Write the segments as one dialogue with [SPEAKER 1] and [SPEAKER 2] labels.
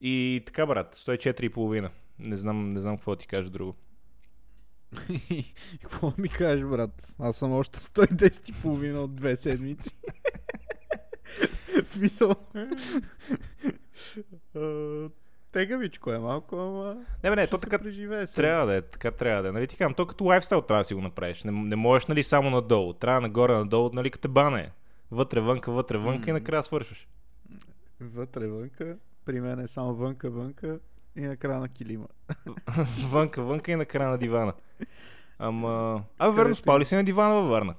[SPEAKER 1] И така, брат, 104,5. Не знам, не знам какво ти кажа друго.
[SPEAKER 2] Какво ми кажеш, брат? Аз съм още 110 и половина от две седмици. В Смисъл. А, Тегавичко е малко, ама
[SPEAKER 1] Не, бе, не,
[SPEAKER 2] ще
[SPEAKER 1] Е, то
[SPEAKER 2] се
[SPEAKER 1] така
[SPEAKER 2] преживее сега.
[SPEAKER 1] трябва да е, така трябва да е. Нали ти казвам, то като лайфстайл трябва да си го направиш. Не, не можеш, нали, само надолу. Трябва нагоре, надолу, нали, като те бане. Вътре, вънка, вътре, вънка и
[SPEAKER 2] М.
[SPEAKER 1] накрая свършваш.
[SPEAKER 2] Вътре, вънка. При мен е само вънка, вънка и накрая на килима.
[SPEAKER 1] вънка, вънка и накрая на дивана. Ама... А, бе, верно,
[SPEAKER 2] Където
[SPEAKER 1] спал ли си на дивана във Варна?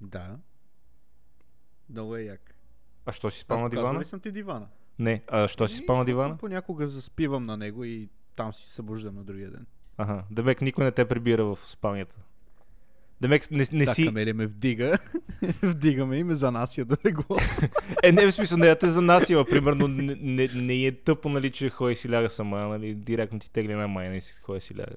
[SPEAKER 2] Да. Много е як.
[SPEAKER 1] А що си
[SPEAKER 2] Аз
[SPEAKER 1] спал на
[SPEAKER 2] показвал
[SPEAKER 1] дивана?
[SPEAKER 2] ли съм ти дивана?
[SPEAKER 1] Не. А що си
[SPEAKER 2] Ми,
[SPEAKER 1] спал на
[SPEAKER 2] Е, защото
[SPEAKER 1] дивана?
[SPEAKER 2] Понякога заспивам на него и там си събуждам на другия ден.
[SPEAKER 1] Аха. Демек никой не те прибира в спалнята. Демек не, не
[SPEAKER 2] да,
[SPEAKER 1] си...
[SPEAKER 2] Камелия ме вдига. Вдигаме и ме занася до легло.
[SPEAKER 1] Е, не, в смисъл, не да те занасила, примерно, не, не, не е тъпо, нали, че ходи си ляга сама, нали, директно ти тегли една майна и си ходи си ляга.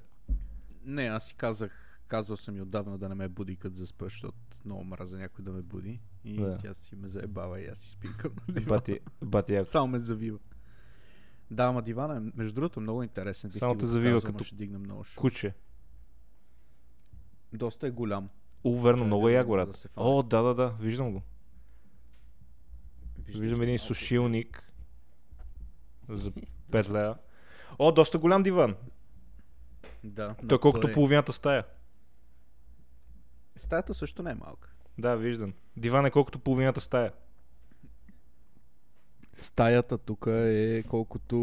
[SPEAKER 2] не, аз си казах, казвал съм и отдавна да не ме буди като заспа, защото много мраза някой да ме буди. И
[SPEAKER 1] Да.
[SPEAKER 2] тя си ме заебава и аз си спим към на дивана.
[SPEAKER 1] Бати, бати, яко.
[SPEAKER 2] Само ме завива. Да, ама дивана е, между другото, много интересен. Бих
[SPEAKER 1] Само
[SPEAKER 2] ти
[SPEAKER 1] те
[SPEAKER 2] го
[SPEAKER 1] завива
[SPEAKER 2] показал, ама
[SPEAKER 1] като
[SPEAKER 2] Ще дигна много шум.
[SPEAKER 1] Куче.
[SPEAKER 2] Доста е голям.
[SPEAKER 1] О, верно,
[SPEAKER 2] Трябва
[SPEAKER 1] много е
[SPEAKER 2] да
[SPEAKER 1] яко,
[SPEAKER 2] мога да
[SPEAKER 1] брат.
[SPEAKER 2] се фане.
[SPEAKER 1] О, да, да, да, виждам го.
[SPEAKER 2] Виждаш
[SPEAKER 1] Виждам
[SPEAKER 2] ли
[SPEAKER 1] един
[SPEAKER 2] малко?
[SPEAKER 1] сушилник за 5 лева. О, доста голям диван.
[SPEAKER 2] Да. но
[SPEAKER 1] Той е колкото
[SPEAKER 2] е-
[SPEAKER 1] половината стая.
[SPEAKER 2] Стаята също не е малка.
[SPEAKER 1] Да, виждам. Диван е колкото половината стая.
[SPEAKER 2] Стаята тук е колкото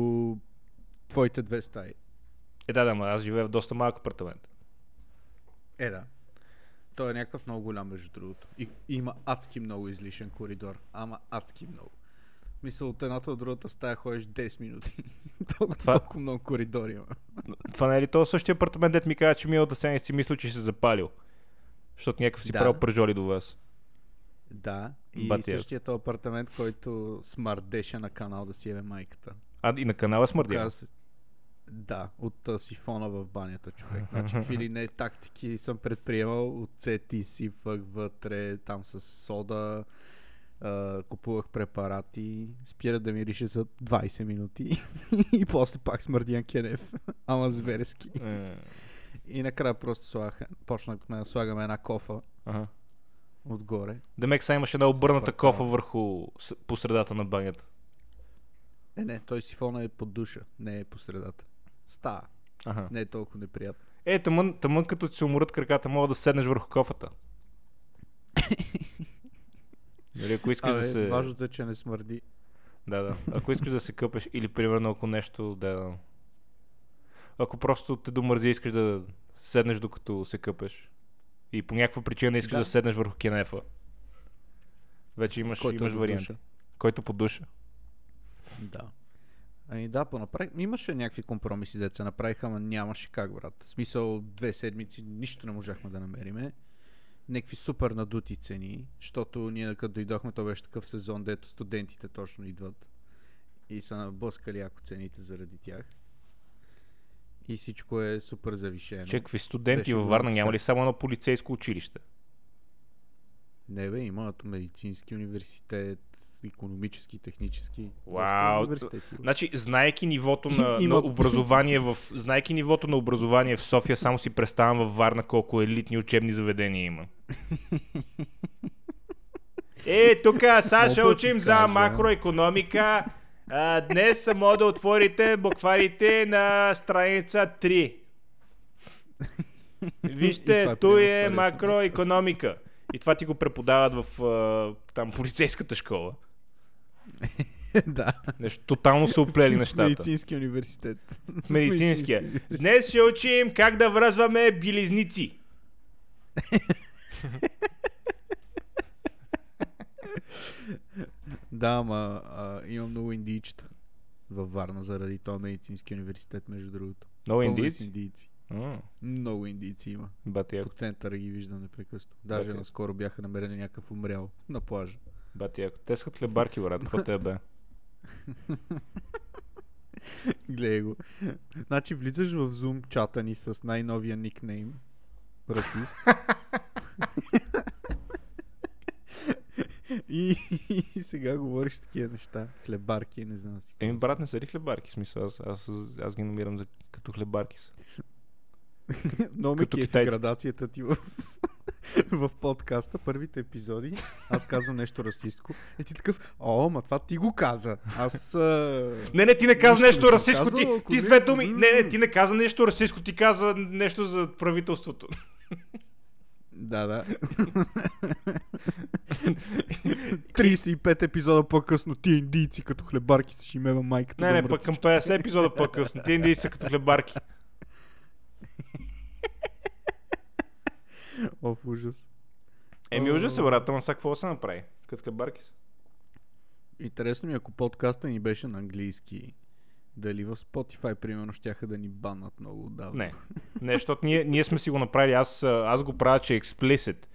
[SPEAKER 2] твоите две стаи.
[SPEAKER 1] Е, да, да, ма, аз живея в доста малък апартамент.
[SPEAKER 2] Е, да. Той е някакъв много голям, между другото. И, и има адски много излишен коридор. Ама адски много. Мисля, от едната от другата стая ходиш 10 минути. толкова,
[SPEAKER 1] Това-
[SPEAKER 2] толкова много коридори има.
[SPEAKER 1] Това не е ли то същия апартамент, дет ми каза, че миналата седмица си мисля, че си се запалил? Защото някакъв си
[SPEAKER 2] Да.
[SPEAKER 1] правил пържоли до вас.
[SPEAKER 2] Да. И
[SPEAKER 1] Бати, е.
[SPEAKER 2] същия този апартамент, който смърдеше на канал да си еме майката.
[SPEAKER 1] А, и на канала смърди.
[SPEAKER 2] Оказа се- Да, от а, сифона в банята, човек. Значи, какви ли не тактики съм предприемал. Оцет и сипвах вътре, там с сода. а, купувах препарати. Спира да мирише за 20 минути. и после пак смърдиян кенев. Ама зверски.
[SPEAKER 1] Е,
[SPEAKER 2] И накрая просто слагах, почнахме да слагаме една кофа
[SPEAKER 1] Ага.
[SPEAKER 2] отгоре.
[SPEAKER 1] Демек сега имаше една обърната
[SPEAKER 2] квартала.
[SPEAKER 1] кофа върху с- посредата на банята.
[SPEAKER 2] Е, не, той сифона е под душа, не е по средата. Става.
[SPEAKER 1] Ага.
[SPEAKER 2] Не е толкова неприятно.
[SPEAKER 1] Е, тъмън, тъмън като ти се уморят краката, мога да седнеш върху кофата. Нали, ако искаш
[SPEAKER 2] Абе,
[SPEAKER 1] да се...
[SPEAKER 2] Важното е, че не смърди.
[SPEAKER 1] Да, да. Ако искаш да се къпеш или примерно ако нещо да... Ако просто те домързи искаш да седнеш докато се къпеш и по някаква причина искаш да,
[SPEAKER 2] Да.
[SPEAKER 1] седнеш върху кенефа, вече имаш,
[SPEAKER 2] който е
[SPEAKER 1] имаш
[SPEAKER 2] до
[SPEAKER 1] вариант.
[SPEAKER 2] душа.
[SPEAKER 1] Който по душа.
[SPEAKER 2] Да. Ами да, понаправих. Имаше някакви компромиси, деца направиха, ама нямаше как, брат. В смисъл, две седмици нищо не можахме да намериме. Някакви супер надути цени, защото ние като дойдохме, то беше такъв сезон, дето студентите точно идват и са наблъскали яко цените заради тях. И всичко е супер завишено.
[SPEAKER 1] Че какви студенти
[SPEAKER 2] Беше
[SPEAKER 1] във
[SPEAKER 2] много
[SPEAKER 1] Варна няма
[SPEAKER 2] всяко.
[SPEAKER 1] ли само едно полицейско училище?
[SPEAKER 2] Не бе, има медицински университет, економически, технически. доста
[SPEAKER 1] Вау,
[SPEAKER 2] университети има.
[SPEAKER 1] Значи, знаеки нивото на,
[SPEAKER 2] Има-
[SPEAKER 1] на образование в знаеки нивото на образование в София, само си представям във Варна колко елитни учебни заведения има. Е, тук сега ще
[SPEAKER 2] Мога да
[SPEAKER 1] учим
[SPEAKER 2] ти
[SPEAKER 1] за
[SPEAKER 2] кажа.
[SPEAKER 1] макроекономика. А, днес само да отворите букварите на страница 3.
[SPEAKER 2] И това
[SPEAKER 1] Вижте, ту
[SPEAKER 2] е примерно
[SPEAKER 1] е
[SPEAKER 2] втория
[SPEAKER 1] макроекономика. И това ти го преподават в а, там полицейската школа.
[SPEAKER 2] да.
[SPEAKER 1] Нещо тотално се оплели нещата.
[SPEAKER 2] Медицински университет.
[SPEAKER 1] В медицинския. Днес ще учим как да връзваме билизници.
[SPEAKER 2] Да, ама а, има много индийчета във Варна заради този медицински университет, между другото.
[SPEAKER 1] Много
[SPEAKER 2] Пълно е с
[SPEAKER 1] индийци.
[SPEAKER 2] индийци.
[SPEAKER 1] А,
[SPEAKER 2] Много индийци има.
[SPEAKER 1] Бати
[SPEAKER 2] По
[SPEAKER 1] яко,
[SPEAKER 2] центъра ги виждам непрекъснато. Даже
[SPEAKER 1] Окей.
[SPEAKER 2] наскоро бяха намерени някакъв умрял на плажа.
[SPEAKER 1] бати яко. Те са хлебарки, брат. Какво те е, бе?
[SPEAKER 2] Гледай го. Значи влизаш в Zoom чата ни с най-новия никнейм. Расист. И, и сега говориш такива неща. Хлебарки, не знам си.
[SPEAKER 1] Еми, брат, не са ли хлебарки? В Смисъл, аз, аз, аз ги намирам за, като хлебарки са.
[SPEAKER 2] Много ме
[SPEAKER 1] Като
[SPEAKER 2] кефи
[SPEAKER 1] китайците.
[SPEAKER 2] градацията ти в, в подкаста, първите епизоди. Аз казвам нещо расистко. И ти такъв, о, ма това ти го каза. Аз... А...
[SPEAKER 1] Не, не, ти не каза
[SPEAKER 2] Нищо не
[SPEAKER 1] нещо
[SPEAKER 2] съм
[SPEAKER 1] расистско. Ти,
[SPEAKER 2] казал, ако
[SPEAKER 1] ти с
[SPEAKER 2] не-
[SPEAKER 1] две думи.
[SPEAKER 2] М.
[SPEAKER 1] Не, не, ти не каза нещо расистско. Ти каза нещо за правителството.
[SPEAKER 2] Да, да. 35 епизода по-късно тия индийци като хлебарки с шимева майката.
[SPEAKER 1] Не,
[SPEAKER 2] да
[SPEAKER 1] не,
[SPEAKER 2] мрат-
[SPEAKER 1] пък към 50 епизода по-късно. Ти индии са като хлебарки.
[SPEAKER 2] О, в ужас.
[SPEAKER 1] Еми, ужас е, брат, ама сега какво да се направи? Като хлебарки са.
[SPEAKER 2] Интересно ми, е, ако подкаста ни беше на английски, дали в Spotify, примерно, щяха да ни банат много отдавна.
[SPEAKER 1] Не. Не, защото ние, ние сме си го направили. Аз, а, аз го правя, че е експлисит.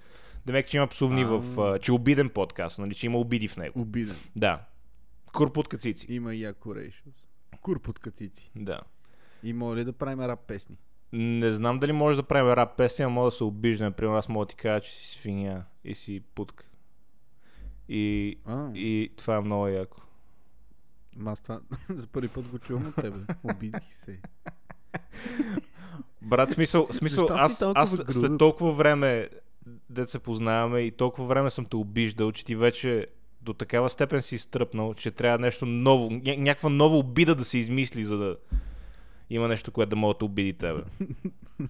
[SPEAKER 1] Демек, че има псовни в... а, че е обиден подкаст, нали? Че има обиди в него.
[SPEAKER 2] Обиден.
[SPEAKER 1] Да. Курпут кацици.
[SPEAKER 2] Има и Яко Рейшус. Кур под кацици.
[SPEAKER 1] Да.
[SPEAKER 2] И мога ли да правим рап песни?
[SPEAKER 1] Не знам дали може да правим рап песен, ама мога да се обижда. Например, аз мога да ти кажа, че си свиня и си путка. И,
[SPEAKER 2] А,
[SPEAKER 1] и това е много яко.
[SPEAKER 2] ама аз това за първи път го чувам от тебе. Обидих се.
[SPEAKER 1] Брат, смисъл, смисъл
[SPEAKER 2] Защо си
[SPEAKER 1] аз,
[SPEAKER 2] толкова
[SPEAKER 1] аз
[SPEAKER 2] груб?
[SPEAKER 1] след толкова време да се познаваме и толкова време съм те обиждал, че ти вече до такава степен си изтръпнал, че трябва нещо ново, ня- някаква нова обида да се измисли, за да има нещо, което да мога да те обиди тебе.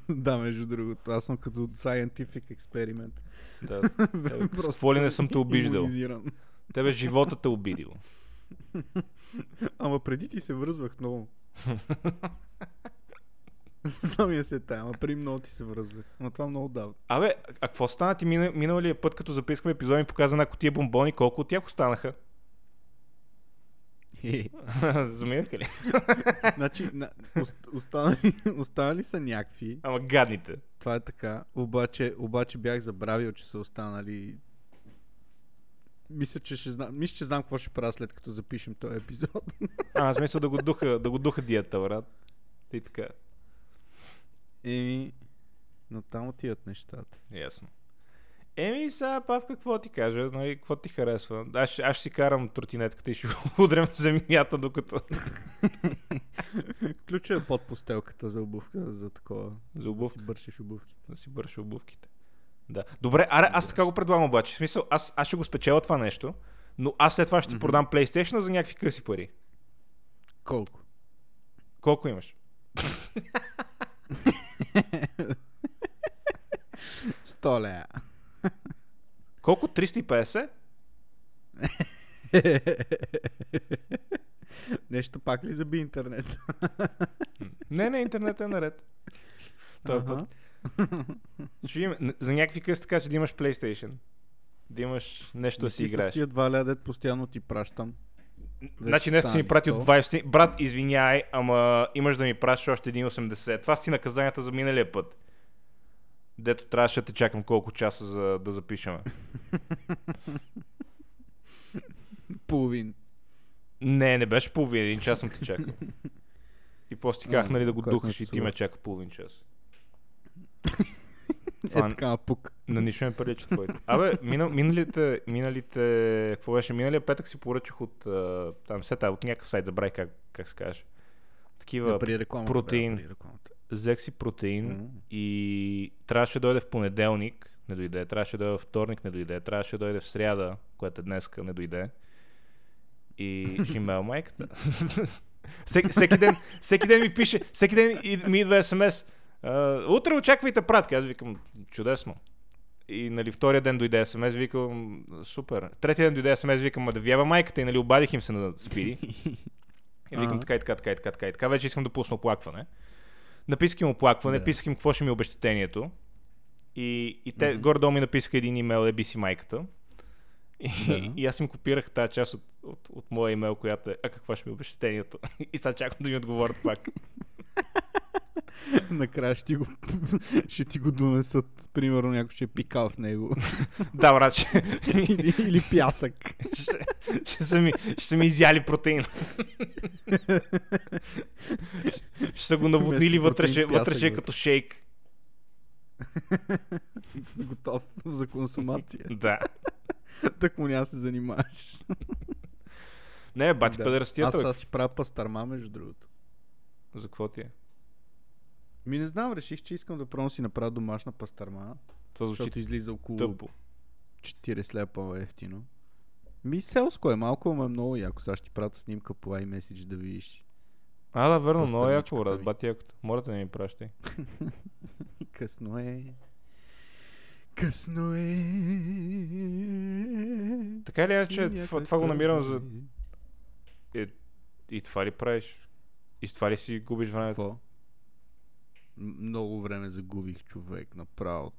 [SPEAKER 2] да, между другото, аз съм като scientific experiment.
[SPEAKER 1] Да. Тебе, Е, с какво ли не съм те обиждал?
[SPEAKER 2] имунизиран.
[SPEAKER 1] Тебе живота те обидил.
[SPEAKER 2] Ама преди ти се връзвах много. Самия се тая, ама при много ти се връзвах. Ама това много давно.
[SPEAKER 1] Абе, а а какво стана ти мина, миналия път, като записахме епизод и показа една котия бомбони, колко от тях останаха? Заминаха ли?
[SPEAKER 2] Е, значи, на, ост, останали, останали са някакви.
[SPEAKER 1] Ама гадните.
[SPEAKER 2] Това е така. Обаче, обаче бях забравил, че са останали. Мисля, че ще знам. Мисля, че знам какво ще правя след като запишем този епизод.
[SPEAKER 1] А, в смисъл да го духа, да го духа диета, брат. И така.
[SPEAKER 2] Еми, но там отиват нещата.
[SPEAKER 1] Ясно. Еми, сега, Павка, какво ти кажа? Нали, какво ти харесва? Аз, ще- аз ще си карам тротинетката и ще удрям в земята, докато...
[SPEAKER 2] Ключа е под постелката за обувка, за такова.
[SPEAKER 1] За
[SPEAKER 2] Да
[SPEAKER 1] обувка,
[SPEAKER 2] си бършиш обувките.
[SPEAKER 1] да си бърша обувките. Да. Добре, аре, аз така го предлагам обаче. В смисъл, аз, аз ще го спечеля това нещо, но аз след това ще ти продам PlayStation за някакви къси пари.
[SPEAKER 2] Колко?
[SPEAKER 1] Колко имаш?
[SPEAKER 2] 100 лея.
[SPEAKER 1] Колко? 350?
[SPEAKER 2] Нещо пак ли заби интернет?
[SPEAKER 1] Не, не, интернет е наред. Този път. Ще има, н- за някакви къси така, че да имаш PlayStation. Да имаш нещо да си играеш.
[SPEAKER 2] Ти с тия 2 лея, дет постоянно ти пращам.
[SPEAKER 1] Значи днес си ми
[SPEAKER 2] стани
[SPEAKER 1] пратил
[SPEAKER 2] 100.
[SPEAKER 1] 20. Брат, извиняй, ама имаш да ми пращаш още 1,80. Това си наказанията за миналия път. Дето трябваше да те чакам колко часа за да запишеме.
[SPEAKER 2] Половин.
[SPEAKER 1] Не, не беше половин, един час съм те чакал. И после ти казах,
[SPEAKER 2] А,
[SPEAKER 1] нали, да го
[SPEAKER 2] как ме
[SPEAKER 1] духаш и ти
[SPEAKER 2] псува.
[SPEAKER 1] ме чака половин час.
[SPEAKER 2] Е
[SPEAKER 1] Това-
[SPEAKER 2] така на пук.
[SPEAKER 1] На нищо не прилича твоите. Абе, мина, миналите, миналите, какво беше? Миналия петък си поръчах от, а, там, сета, от някакъв сайт, забравих как, как се каже. Такива,
[SPEAKER 2] Да, при
[SPEAKER 1] Е,
[SPEAKER 2] рекламата.
[SPEAKER 1] протеин.
[SPEAKER 2] бе, При рекламата.
[SPEAKER 1] взех си протеин
[SPEAKER 2] М.
[SPEAKER 1] и трябваше да дойде в понеделник, не дойде, трябваше да дойде във вторник, не дойде, трябваше да дойде в сряда, която е днеска, не дойде. И ще им мела майката. всеки, всеки, ден, всеки ден ми пише, всеки ден и- ми идва смс. Утре очаквайте пратка. Аз викам, чудесно. И нали, втория ден дойде смс, викам, супер. Третия ден дойде смс, викам, «Ма да вява майката и нали, обадих им се на спиди. И викам
[SPEAKER 2] Ага.
[SPEAKER 1] така и така, така и така, така и така. Вече искам да пусна оплакване. Написах им оплакване,
[SPEAKER 2] Да.
[SPEAKER 1] писах им какво ще ми е обещетението. И, и те горе-долу ми написаха един имейл, еби си майката. И,
[SPEAKER 2] Да.
[SPEAKER 1] и аз им копирах тази част от, от, от моя имейл, която е, а какво ще ми е обещетението? И сега чакам да ми отговорят пак.
[SPEAKER 2] Накрая ще ти го, ще ти го донесат. Примерно някой ще е пикал в него.
[SPEAKER 1] да, брат, ще,
[SPEAKER 2] или, или пясък.
[SPEAKER 1] ще, ще, са ми, ще са ми изяли протеин. ще са го наводнили
[SPEAKER 2] Вместо
[SPEAKER 1] вътре, ще,
[SPEAKER 2] протеин пясък,
[SPEAKER 1] вътре ще е
[SPEAKER 2] бе.
[SPEAKER 1] като шейк.
[SPEAKER 2] Готов за консумация.
[SPEAKER 1] Да.
[SPEAKER 2] Так му няма да се занимаваш.
[SPEAKER 1] Не, бати да.
[SPEAKER 2] Аз,
[SPEAKER 1] педерастията, бе.
[SPEAKER 2] аз си правя пастърма, между другото.
[SPEAKER 1] За какво ти е?
[SPEAKER 2] Ми не знам, реших, че искам да пробвам да си направя домашна пастърма,
[SPEAKER 1] Това звучи
[SPEAKER 2] защото излиза около
[SPEAKER 1] тъпо.
[SPEAKER 2] 40 лева по-ефтино. Ми селско е малко, ама е много яко. Сега ще ти пратя снимка по iMessage да видиш.
[SPEAKER 1] А, да, верно, много
[SPEAKER 2] Пастърмичката
[SPEAKER 1] яко, брат.
[SPEAKER 2] ми.
[SPEAKER 1] Бати якото. Моля да не ми пращай.
[SPEAKER 2] Късно е. Късно е.
[SPEAKER 1] Така или иначе,
[SPEAKER 2] И
[SPEAKER 1] Значи, това,
[SPEAKER 2] някак
[SPEAKER 1] това го намирам за...
[SPEAKER 2] е късно е.
[SPEAKER 1] Е, и това ли правиш? И с това ли си губиш времето?
[SPEAKER 2] Какво? М- Много време загубих човек направо.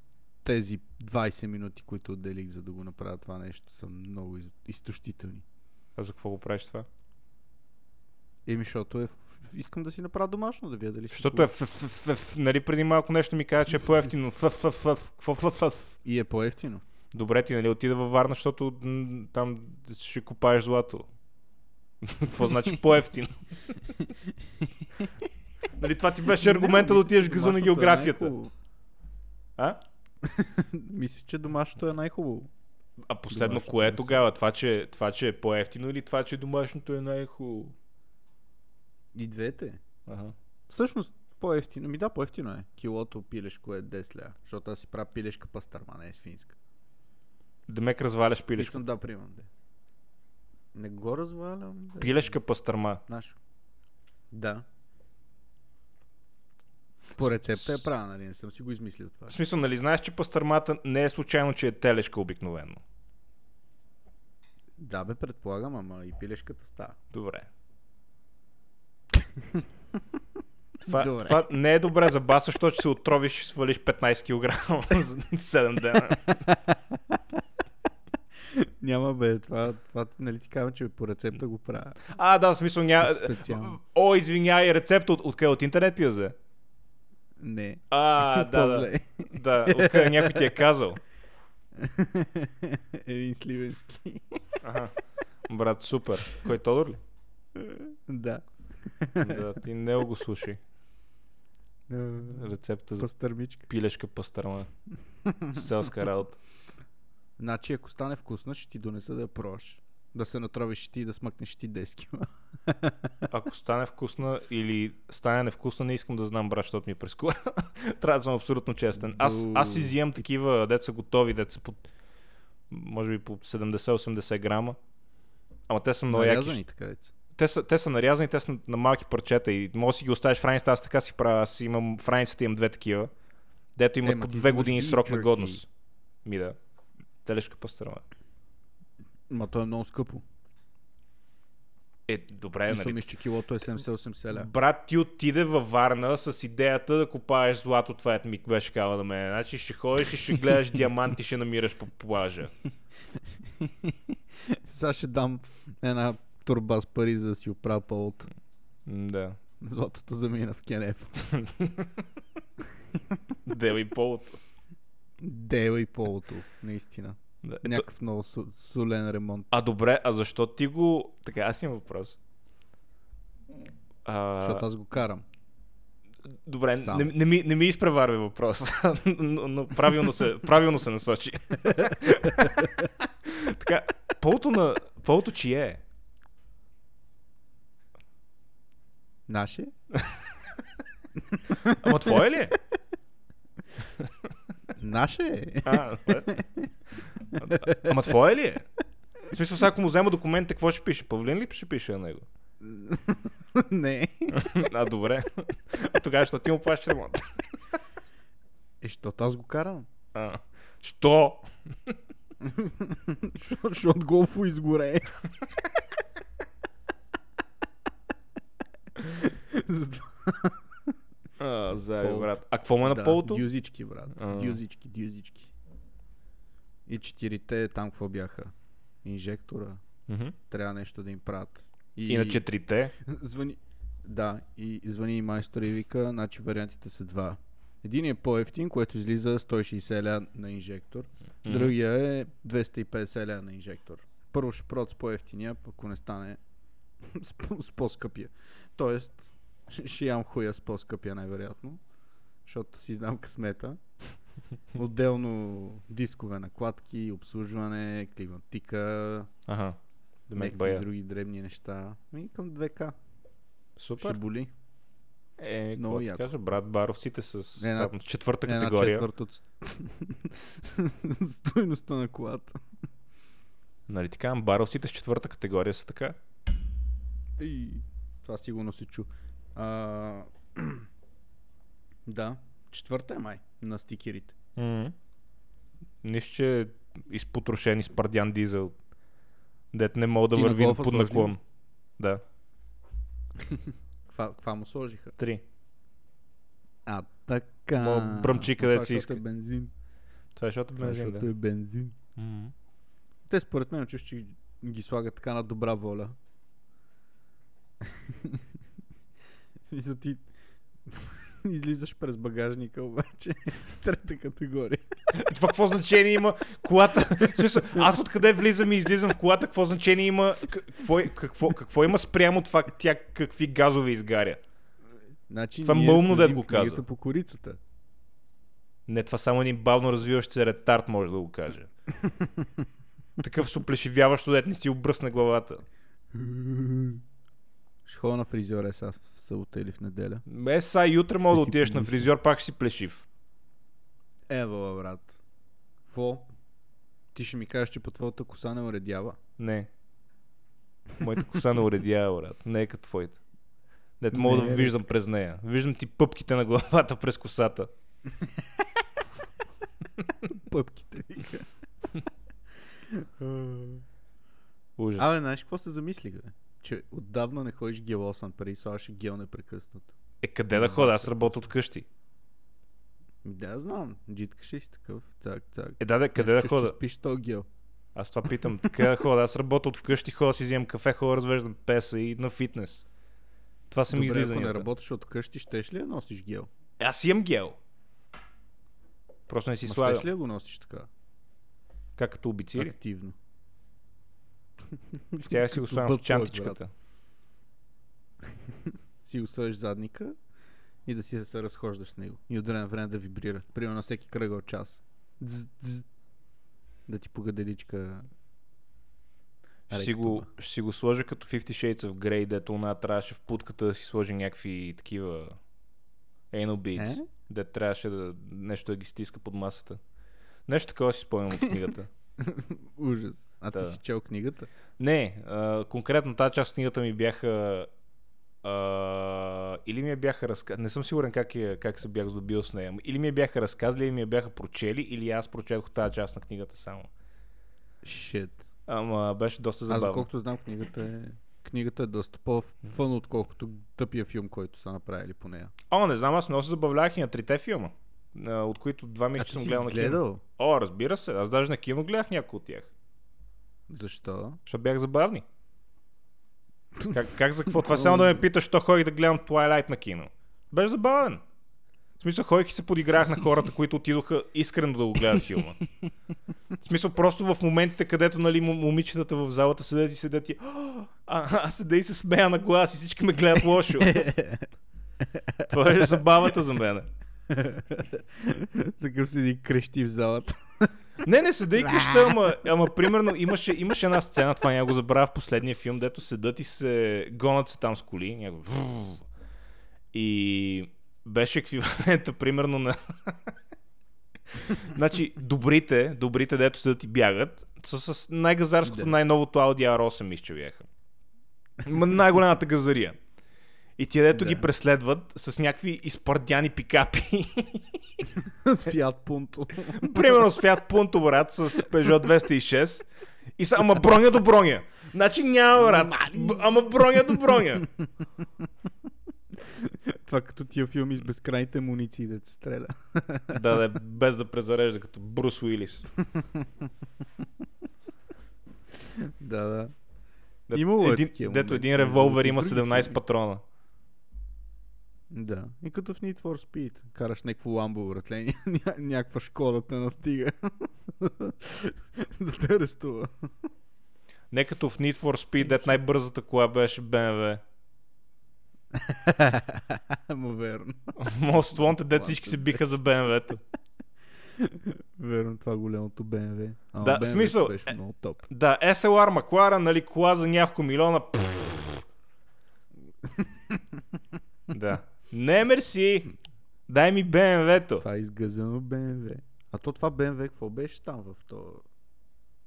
[SPEAKER 2] Тези 20 минути, които отделих за да го направя това нещо, са много из- изтощителни.
[SPEAKER 1] А за какво го правиш това?
[SPEAKER 2] Еми, защото е... в- Искам да си направя домашно, да видя дали ще
[SPEAKER 1] Защото
[SPEAKER 2] го-
[SPEAKER 1] е ф, ф, ф, ф, нали преди малко нещо ми каза, че е по-ефтино. Ф, ф, ф, ф, какво ф, ф, ф?
[SPEAKER 2] И е по-ефтино.
[SPEAKER 1] Добре ти, нали отида във Варна, защото м, там ще купаеш злато. Какво значи по-ефтино? нали това ти беше аргумента да отидеш гъза на
[SPEAKER 2] е
[SPEAKER 1] географията. А?
[SPEAKER 2] Мисля, че домашното е най-хубаво.
[SPEAKER 1] А последно
[SPEAKER 2] Домашното
[SPEAKER 1] кое е
[SPEAKER 2] месо.
[SPEAKER 1] тогава? Това че, това, че е по-ефтино или това, че домашното е най-хубаво?
[SPEAKER 2] И двете.
[SPEAKER 1] Ага.
[SPEAKER 2] Всъщност, по-ефтино. Ми да, по-ефтино е. Килото пилешко е 10 ля. Защото аз си правя пилешка пастърма, не е свинска.
[SPEAKER 1] Демек разваляш
[SPEAKER 2] Пилешка.
[SPEAKER 1] пилешка.
[SPEAKER 2] Мислям, да, примам. Да. Не го развалям. Да.
[SPEAKER 1] Пилешка пастърма.
[SPEAKER 2] Наш. Да. По рецепта е правя, нали? Не съм си го измислил това.
[SPEAKER 1] В смисъл, нали знаеш, че пастърмата не е случайно, че е телешка обикновено.
[SPEAKER 2] Да, бе, предполагам, ама и пилешката става.
[SPEAKER 1] Добре. Това,
[SPEAKER 2] Добре.
[SPEAKER 1] това не е добре за бас, защото ще се отровиш и свалиш 15 кг за 7 дена.
[SPEAKER 2] Няма, бе, това, това нали ти казвам, че по рецепта го правя.
[SPEAKER 1] А, да, в смисъл няма...
[SPEAKER 2] Специално.
[SPEAKER 1] О, извинявай, рецепта от, от къде? От интернет ли я взе?
[SPEAKER 2] Не.
[SPEAKER 1] А, да, да,
[SPEAKER 2] По-зле.
[SPEAKER 1] да. От къде някой ти е казал.
[SPEAKER 2] Един сливенски.
[SPEAKER 1] Аха. Брат, супер. Кой Тодор ли?
[SPEAKER 2] да.
[SPEAKER 1] Да, ти не го слушай.
[SPEAKER 2] М,
[SPEAKER 1] Рецепта за
[SPEAKER 2] Пастърмичка.
[SPEAKER 1] пилешка пастърма. Селска работа.
[SPEAKER 2] Значи, ако стане вкусна, ще ти донеса да я пробваш. Да се натровиш ти и да смъкнеш ти 10 кила.
[SPEAKER 1] Ако стане вкусна или стане невкусна, не искам да знам, брат, защото ми е през кола. Трябва да съм абсолютно честен. Аз, аз
[SPEAKER 2] Бу.
[SPEAKER 1] изием такива, деца готови, деца под, може би по 70-80 грама. Ама те са много яки.
[SPEAKER 2] Нарязани, така е. деца.
[SPEAKER 1] Те са, те са нарязани, те са на малки парчета и може да си ги оставиш в раницата. Аз така си правя. Аз имам в раницата имам две такива, дето имат
[SPEAKER 2] Е, ма
[SPEAKER 1] по
[SPEAKER 2] ти
[SPEAKER 1] две
[SPEAKER 2] имаш
[SPEAKER 1] години
[SPEAKER 2] beef
[SPEAKER 1] срок на
[SPEAKER 2] jerky.
[SPEAKER 1] годност. Ми да. Телешка пастърма.
[SPEAKER 2] Ма то е много скъпо.
[SPEAKER 1] Е, добре,
[SPEAKER 2] Е,
[SPEAKER 1] нали?
[SPEAKER 2] Мисля, че килото е 70-80 ля.
[SPEAKER 1] Брат ти отиде във Варна с идеята да копаеш злато, това е ми беше казал на мен. Значи ще ходиш и ще гледаш диаманти, ще намираш по плажа.
[SPEAKER 2] Сега ще дам една турба с пари, за да си оправя палото.
[SPEAKER 1] Да.
[SPEAKER 2] Златото замина в Кенеф.
[SPEAKER 1] Делай полото.
[SPEAKER 2] Дева и полото, наистина.
[SPEAKER 1] Да. Ето,
[SPEAKER 2] Някакъв много су- солен ремонт.
[SPEAKER 1] Е, А добре, а защо ти го... Така, аз имам въпрос. А,
[SPEAKER 2] Защото аз го карам.
[SPEAKER 1] добре,
[SPEAKER 2] Сам.
[SPEAKER 1] не, не, ми, не ми изпреварвай въпроса, но, но правилно, се, правилно се насочи. така, полото на... Полото чие е?
[SPEAKER 2] Наше?
[SPEAKER 1] Ама твое ли е?
[SPEAKER 2] Наше е.
[SPEAKER 1] А, добре. А- Ама твое ли е? В смисъл, сега ако му взема документите, какво ще пише? Павлин ли ще пише на него?
[SPEAKER 2] Не.
[SPEAKER 1] А, добре. А тогава, що ти му плащаш ремонт?
[SPEAKER 2] Е, защото аз го карам.
[SPEAKER 1] А, що?
[SPEAKER 2] Защо- Защото голфо изгоре. Затова-
[SPEAKER 1] А, заеби,
[SPEAKER 2] Полото.
[SPEAKER 1] брат. А какво му е на
[SPEAKER 2] да,
[SPEAKER 1] полото?
[SPEAKER 2] Дюзички, брат.
[SPEAKER 1] А.
[SPEAKER 2] Дюзички, дюзички. И четирите там какво бяха? Инжектора.
[SPEAKER 1] Мгм.
[SPEAKER 2] Трябва нещо да им правят.
[SPEAKER 1] И на четирите.
[SPEAKER 2] Звъни. Да, и звъни и майстора и вика, значи вариантите са два. Един е по-ефтин, което излиза 160 ля на инжектор.
[SPEAKER 1] Мгм.
[SPEAKER 2] Другия е 250 ля на инжектор. Първо ще прот с по-ефтиния, пък ако не стане с, по- с по-скъпия. Тоест, ще- ще ям хуя с по-скъпия най-вероятно, защото си знам късмета. Отделно дискове накладки, обслужване, климатика,
[SPEAKER 1] Аха. Да ме
[SPEAKER 2] някакви
[SPEAKER 1] бая.
[SPEAKER 2] други дребни неща. Ми към 2К. Ще
[SPEAKER 1] Супер.
[SPEAKER 2] боли.
[SPEAKER 1] Е,
[SPEAKER 2] Много
[SPEAKER 1] какво ти
[SPEAKER 2] яко.
[SPEAKER 1] кажа, брат, баровците с
[SPEAKER 2] Една-
[SPEAKER 1] там, четвърта
[SPEAKER 2] Една
[SPEAKER 1] категория.
[SPEAKER 2] четвърт от с- стойността на колата.
[SPEAKER 1] Нали ти казвам, баровците с четвърта категория са така?
[SPEAKER 2] И... Това сигурно се чу. А... да, четвърта е май на стикерите.
[SPEAKER 1] Mm-hmm. Нищо, че изпотрошен и спардян дизел. Дет не мога да
[SPEAKER 2] Ти на
[SPEAKER 1] върви
[SPEAKER 2] голфа
[SPEAKER 1] под
[SPEAKER 2] сложи ли?
[SPEAKER 1] наклон. Да.
[SPEAKER 2] Каква, каква му сложиха?
[SPEAKER 1] Три.
[SPEAKER 2] А, така.
[SPEAKER 1] Мо бръмчи
[SPEAKER 2] А,
[SPEAKER 1] където
[SPEAKER 2] това
[SPEAKER 1] си
[SPEAKER 2] е,
[SPEAKER 1] иска.
[SPEAKER 2] защото е бензин.
[SPEAKER 1] Това е защото
[SPEAKER 2] Това е,
[SPEAKER 1] бензин,
[SPEAKER 2] защото
[SPEAKER 1] да.
[SPEAKER 2] е бензин.
[SPEAKER 1] Mm-hmm.
[SPEAKER 2] Те според мен чуш, че ги слагат така на добра воля. В смисъл ти излизаш през багажника, обаче трета категория.
[SPEAKER 1] Това какво значение има колата? В смисъл, аз откъде влизам и излизам в колата, какво значение има, к- какво, е- какво, какво има спрямо това, тя какви газове изгаря?
[SPEAKER 2] Значи,
[SPEAKER 1] Това
[SPEAKER 2] ние
[SPEAKER 1] мълно дед
[SPEAKER 2] следим
[SPEAKER 1] го каза.
[SPEAKER 2] книгата по корицата.
[SPEAKER 1] Не, това само един бавно развиващ се ретард може да го каже. Такъв суплешивяващо, дет не си обръсна главата.
[SPEAKER 2] Ще ходя на фризьора е сега в събота или в неделя.
[SPEAKER 1] Е, са, и утре мога да
[SPEAKER 2] Ще ти
[SPEAKER 1] отидеш на
[SPEAKER 2] помисли.
[SPEAKER 1] фризьор, пак ще си плешив.
[SPEAKER 2] Ева, брат. Фо? Ти ще ми кажеш, че по твоята коса не уредява.
[SPEAKER 1] Не. Моята коса не уредява, брат. Не е като твоите. Дето
[SPEAKER 2] Не, е
[SPEAKER 1] мога да
[SPEAKER 2] бе.
[SPEAKER 1] виждам през нея. Виждам ти пъпките на главата през косата.
[SPEAKER 2] Пъпките вика.
[SPEAKER 1] Ужас.
[SPEAKER 2] Абе, знаеш какво се замислих, бе? Че отдавна не ходиш гелосан, преди слагаш гел непрекъснато.
[SPEAKER 1] Е, къде да ходя? Аз работя от къщи.
[SPEAKER 2] Ми Да, знам. Джитка ще си такъв. Цак, цак.
[SPEAKER 1] Е, да, да, къде да
[SPEAKER 2] Нещо, че
[SPEAKER 1] хода?
[SPEAKER 2] Ще спиш то гел.
[SPEAKER 1] Аз това питам. Къде да хода? Аз работя от вкъщи, хода си взимам кафе, хода развеждам песа и на фитнес. Това са ми
[SPEAKER 2] Добре, ако не
[SPEAKER 1] излизанията.
[SPEAKER 2] работиш от къщи, щеш ли я носиш гел?
[SPEAKER 1] Е, Аз имам гел. Просто не си
[SPEAKER 2] Ма
[SPEAKER 1] слагам.
[SPEAKER 2] щеш ли я го носиш така?
[SPEAKER 1] Как като обици?
[SPEAKER 2] Активно.
[SPEAKER 1] Тя си го
[SPEAKER 2] Като
[SPEAKER 1] слагам в
[SPEAKER 2] бъд плък, брат.
[SPEAKER 1] чантичката.
[SPEAKER 2] си го сложиш задника и да си се разхождаш с него. И от време на време да вибрира. Примерно на всеки кръгъл час. Дз, дз. Да ти погаделичка.
[SPEAKER 1] Ще си, го,
[SPEAKER 2] ректума.
[SPEAKER 1] ще си го сложа като 50 Shades of Grey, дето она трябваше в путката да си сложи някакви такива anal beads,
[SPEAKER 2] Е?
[SPEAKER 1] де трябваше да нещо да ги стиска под масата. Нещо такова си спомням от книгата.
[SPEAKER 2] Ужас. А
[SPEAKER 1] Да.
[SPEAKER 2] ти си чел книгата?
[SPEAKER 1] Не, а, конкретно тази част от книгата ми бяха а, или ми я бяха разказали, не съм сигурен как, я, как се бях здобил с нея, ама или ми я бяха разказали, или ми я бяха прочели, или аз прочетох тази част на книгата само.
[SPEAKER 2] Шет.
[SPEAKER 1] Ама беше доста
[SPEAKER 2] Аз
[SPEAKER 1] забавно.
[SPEAKER 2] доколкото знам, книгата е... Книгата е доста по-фън, отколкото тъпия филм, който са направили по нея.
[SPEAKER 1] О, не знам, аз много се забавлявах и на трите филма, а, от които два
[SPEAKER 2] а
[SPEAKER 1] мисля, че
[SPEAKER 2] ти
[SPEAKER 1] съм
[SPEAKER 2] си
[SPEAKER 1] гледал на
[SPEAKER 2] гледал?
[SPEAKER 1] кино.
[SPEAKER 2] гледал?
[SPEAKER 1] О, разбира се, аз даже на кино гледах някои от тях,
[SPEAKER 2] Защо?
[SPEAKER 1] защото бях забавни. Как, как за какво? Това само да ме питаш, що ходих да гледам Twilight на кино. Беше забавен. В смисъл, ходих и се подиграх на хората, които отидоха искрено да го гледат филма. В смисъл, просто в моментите, където нали, мом- момичетата в залата седят и седят и... «А, А, аз седя и се смея на глас и всички ме гледат лошо. Това е забавата за мен.
[SPEAKER 2] Такъв седи и крещи в залата.
[SPEAKER 1] Не, не седа и креща, ама, ама примерно имаше, имаше една сцена, това няма го забравя в последния филм, дето седат и се гонат се там с коли. Някакво... врррр. И беше еквивалента примерно на... значи, добрите, добрите, дето седат и бягат, са с най-газарското,
[SPEAKER 2] Да.
[SPEAKER 1] най-новото Audi R8 мисля, че бяха. Ма най-голямата газария. И тия дето
[SPEAKER 2] Да.
[SPEAKER 1] ги преследват с някакви изпардяни пикапи.
[SPEAKER 2] с фиат пунто.
[SPEAKER 1] Примерно с Fiat Punto, брат, с Peugeot 206. И са, ама броня до броня. Значи няма, брат. Б- Ама броня до броня.
[SPEAKER 2] Това като тия филми с безкрайните муниции да се стреля.
[SPEAKER 1] да, да, без да презарежда, като Брус Уилис.
[SPEAKER 2] Да, да.
[SPEAKER 1] Дет-
[SPEAKER 2] Имало е
[SPEAKER 1] един,
[SPEAKER 2] такива
[SPEAKER 1] Дето
[SPEAKER 2] моменти,
[SPEAKER 1] един
[SPEAKER 2] между
[SPEAKER 1] револвер
[SPEAKER 2] другото, и
[SPEAKER 1] има
[SPEAKER 2] други
[SPEAKER 1] 17
[SPEAKER 2] филми.
[SPEAKER 1] патрона.
[SPEAKER 2] Да. И като в Need for Speed. Караш някакво ламбо, братле. ня- ня- Някаква шкода те настига. да те арестува.
[SPEAKER 1] Не като в Need for Speed, дет най-бързата кола беше BMW.
[SPEAKER 2] Ама верно.
[SPEAKER 1] Most Wanted, дет всички се биха за BMW-то.
[SPEAKER 2] Верно, това е голямото BMW. А,
[SPEAKER 1] Да,
[SPEAKER 2] BMW
[SPEAKER 1] смисъл,
[SPEAKER 2] Беше
[SPEAKER 1] е-
[SPEAKER 2] много топ.
[SPEAKER 1] Да, SLR Маклара, нали, кола за няколко милиона. Пф. да. Не, мерси. Дай ми BMW-то.
[SPEAKER 2] Това е изгъзено BMW. А то това BMW какво беше там в то?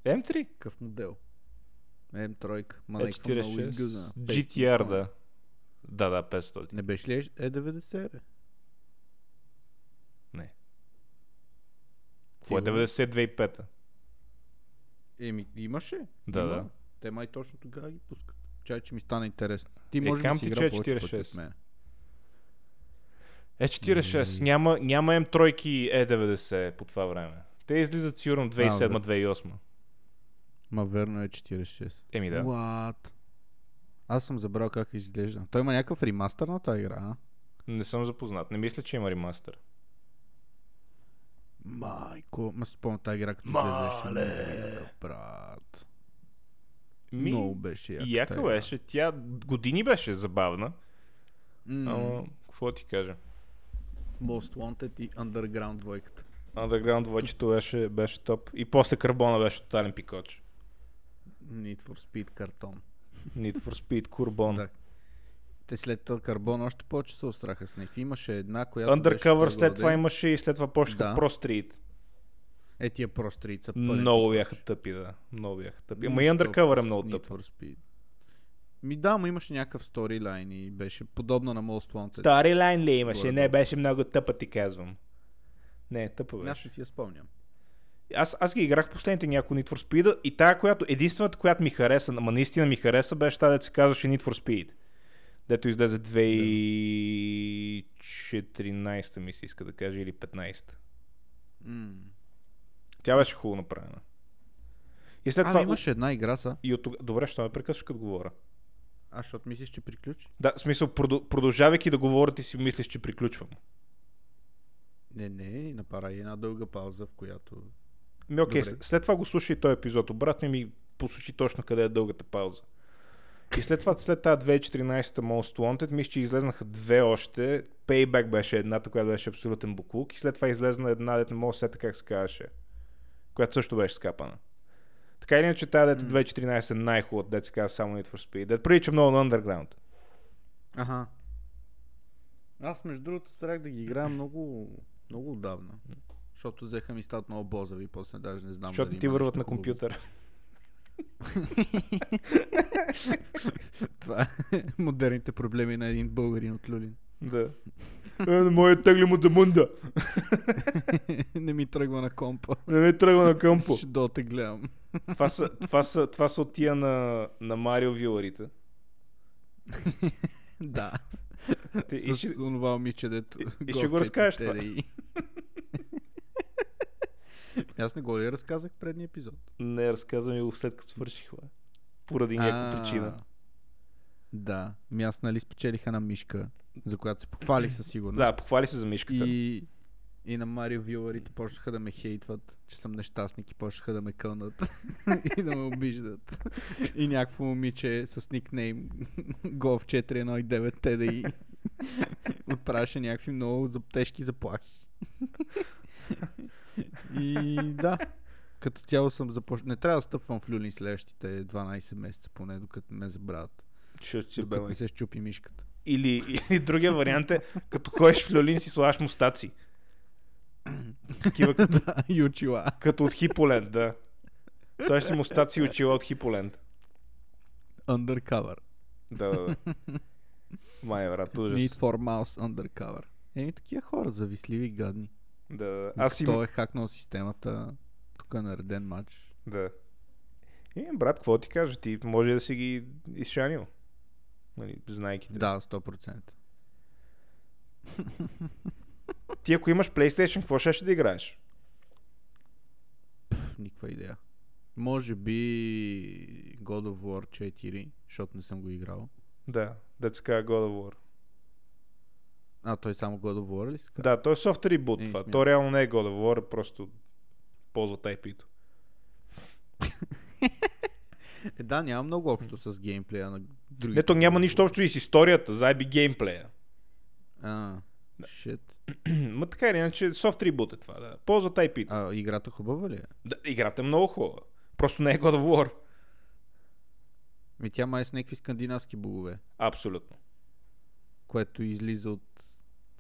[SPEAKER 1] М3?
[SPEAKER 2] Какъв модел? М3, ма
[SPEAKER 1] Е,
[SPEAKER 2] някаква много
[SPEAKER 1] 46.
[SPEAKER 2] изгъзена. 500
[SPEAKER 1] GTR,
[SPEAKER 2] тона.
[SPEAKER 1] да. Да, да, 500.
[SPEAKER 2] Не беше ли Е90, бе?
[SPEAKER 1] Не. Кое е
[SPEAKER 2] Сигурно.
[SPEAKER 1] 92,5?
[SPEAKER 2] Еми, имаше.
[SPEAKER 1] Да,
[SPEAKER 2] Има.
[SPEAKER 1] да.
[SPEAKER 2] Те май точно тогава ги пускат. Чай, че ми стана интересно. Ти
[SPEAKER 1] Е,
[SPEAKER 2] може
[SPEAKER 1] кам
[SPEAKER 2] би си
[SPEAKER 1] ти,
[SPEAKER 2] играл
[SPEAKER 1] че е
[SPEAKER 2] повече пъти
[SPEAKER 1] 46?
[SPEAKER 2] от мен.
[SPEAKER 1] Е, 46. Няма, няма М3 и Е90 по това време. Те излизат сигурно 2007-2008.
[SPEAKER 2] Ма верно е 46.
[SPEAKER 1] Еми да.
[SPEAKER 2] What? Аз съм забрал как изглежда. Той има някакъв ремастър на тази игра, а?
[SPEAKER 1] Не съм запознат. Не мисля, че има ремастър.
[SPEAKER 2] Майко, ма си спомням тази игра, като излезеше. Мале! Брат.
[SPEAKER 1] Ми,
[SPEAKER 2] Много беше яка.
[SPEAKER 1] и яка
[SPEAKER 2] тази игра.
[SPEAKER 1] беше. Тя години беше забавна.
[SPEAKER 2] М,
[SPEAKER 1] Ама, какво ти кажа?
[SPEAKER 2] Most Wanted и Underground двойката.
[SPEAKER 1] Underground 2 беше, беше топ. И после Карбона беше тотален пикоч.
[SPEAKER 2] Need for Speed картон.
[SPEAKER 1] Need for Speed, Курбон.
[SPEAKER 2] Да. Те след това карбон още повече се остраха с някакви. Имаше една, която
[SPEAKER 1] Undercover
[SPEAKER 2] беше
[SPEAKER 1] след това
[SPEAKER 2] има...
[SPEAKER 1] имаше и след това почнаха
[SPEAKER 2] Да.
[SPEAKER 1] Pro Street.
[SPEAKER 2] Е, тия прострица.
[SPEAKER 1] Много бяха тъпи, да. Много бяха тъпи. Ама и Undercover е много тъп.
[SPEAKER 2] Ми да, ма имаше някакъв сторилайн и беше подобна на Most Wanted.
[SPEAKER 1] Втори лайн ли имаше?
[SPEAKER 2] Горе-долу.
[SPEAKER 1] Не, беше много тъпа, ти казвам. Не, тъпа
[SPEAKER 2] Аз
[SPEAKER 1] беше.
[SPEAKER 2] не си я спомням.
[SPEAKER 1] Аз, аз ги играх последните няколко Need for Speed и тая, която единствената, която ми хареса, ама наистина ми хареса, беше тази, да се казваше Need for Speed. Дето излезе 2014 ми се иска да кажа, или 15
[SPEAKER 2] М.
[SPEAKER 1] Тя беше хубаво направена. И след
[SPEAKER 2] А, ами
[SPEAKER 1] това...
[SPEAKER 2] бе, имаше една игра са.
[SPEAKER 1] И от тога... Добре, ще ме прекъсваш като говоря.
[SPEAKER 2] А, защото мислиш, че приключи?
[SPEAKER 1] Да, в смисъл, продъл- продължавайки да говоря, ти си мислиш, че приключвам.
[SPEAKER 2] Не, не, направи една дълга пауза, в която...
[SPEAKER 1] Ми, окей,
[SPEAKER 2] Добре.
[SPEAKER 1] с- след това го слуша и този епизод. Обратно и ми посочи точно къде е дългата пауза. И след това, след тази 2014 Most Wanted, мисля, че излезнаха две още. Payback беше едната, която беше абсолютен буклук. И след това излезна една, дете не мога да се сета как се казваше. Която също беше скапана. Така или иначе, тази дете 2014 е най-хубавата, дете се казва само Need for Speed. Дете прилича много на Underground.
[SPEAKER 2] Аха. Аз, между другото, трябва да ги играя много, много отдавна. Защото взеха ми стат много бозави и после даже не знам
[SPEAKER 1] Защото
[SPEAKER 2] дали
[SPEAKER 1] ти
[SPEAKER 2] има
[SPEAKER 1] върват
[SPEAKER 2] нещо
[SPEAKER 1] на
[SPEAKER 2] хубаво.
[SPEAKER 1] компютъра.
[SPEAKER 2] Това е модерните проблеми на един българин от Люлин.
[SPEAKER 1] Да. Е, не мога да теглим от Амунда.
[SPEAKER 2] не ми тръгва на компа.
[SPEAKER 1] Не ми тръгва на къмпо.
[SPEAKER 2] Ще до те гледам.
[SPEAKER 1] това, са, това, са, това са от тия на, на Марио Виларите.
[SPEAKER 2] да.
[SPEAKER 1] Ти, и
[SPEAKER 2] С
[SPEAKER 1] ще,
[SPEAKER 2] онова момиче, дето...
[SPEAKER 1] и ще го
[SPEAKER 2] гофтете
[SPEAKER 1] разкажеш това.
[SPEAKER 2] теле и- Аз не го ли разказах в предния епизод?
[SPEAKER 1] не, разказвам и го след като свърших. Бе. Поради някаква
[SPEAKER 2] А,
[SPEAKER 1] причина.
[SPEAKER 2] Да. Ми аз, нали, спечелиха на мишка, за която се похвалих със сигурност.
[SPEAKER 1] Да, похвали се за мишката.
[SPEAKER 2] И, и на Марио Виларите почнаха да ме хейтват, че съм нещастник и почнаха да ме кълнат и да ме обиждат. И някакво момиче с никнейм Gov419 TDI отправяше някакви много за- тежки заплахи. и да, като цяло съм започнал. Не трябва да стъпвам в люлин следващите 12 месеца, поне докато не ме забравят.
[SPEAKER 1] Ще ще
[SPEAKER 2] Докато
[SPEAKER 1] бе.
[SPEAKER 2] не се щупи мишката.
[SPEAKER 1] Или, или другия вариант е, като ходиш в люлин си слагаш мустаци. Такива като,
[SPEAKER 2] да, и очила.
[SPEAKER 1] като от Хиполенд, да. Слагаш си мустаци и очила от Хиполенд.
[SPEAKER 2] Undercover.
[SPEAKER 1] Да, да, да. Май, брат, ужас.
[SPEAKER 2] Need for Mouse Undercover. Еми такива хора, завистливи и гадни.
[SPEAKER 1] Да, да. Аз им...
[SPEAKER 2] Той е хакнал системата, тук е нареден матч.
[SPEAKER 1] Да. Е, брат, какво ти кажа? Ти може да си ги изшанил. Нали, знайки те.
[SPEAKER 2] Да, 100%.
[SPEAKER 1] Ти ако имаш PlayStation, какво ще, ще да играеш?
[SPEAKER 2] Пф, никаква идея. Може би God of War 4, защото не съм го играл.
[SPEAKER 1] Да, that's така God of War.
[SPEAKER 2] А, той само God of War ли се казва?
[SPEAKER 1] Да, то е софт ребут
[SPEAKER 2] Е,
[SPEAKER 1] това.
[SPEAKER 2] смятам.
[SPEAKER 1] То реално не е God of War, а просто ползва IP-то.
[SPEAKER 2] Е, да, няма много общо с геймплея на другите.
[SPEAKER 1] Не, то няма
[SPEAKER 2] God of
[SPEAKER 1] нищо
[SPEAKER 2] War.
[SPEAKER 1] общо и с историята, заеби геймплея.
[SPEAKER 2] А, shit.
[SPEAKER 1] Ма така или иначе, софт ребут е това, да. Ползват IP-то.
[SPEAKER 2] А играта хубава ли е?
[SPEAKER 1] Да, играта е много хубава. Просто не е God of War.
[SPEAKER 2] Ми тя май е с някакви скандинавски богове,
[SPEAKER 1] Абсолютно.
[SPEAKER 2] което излиза от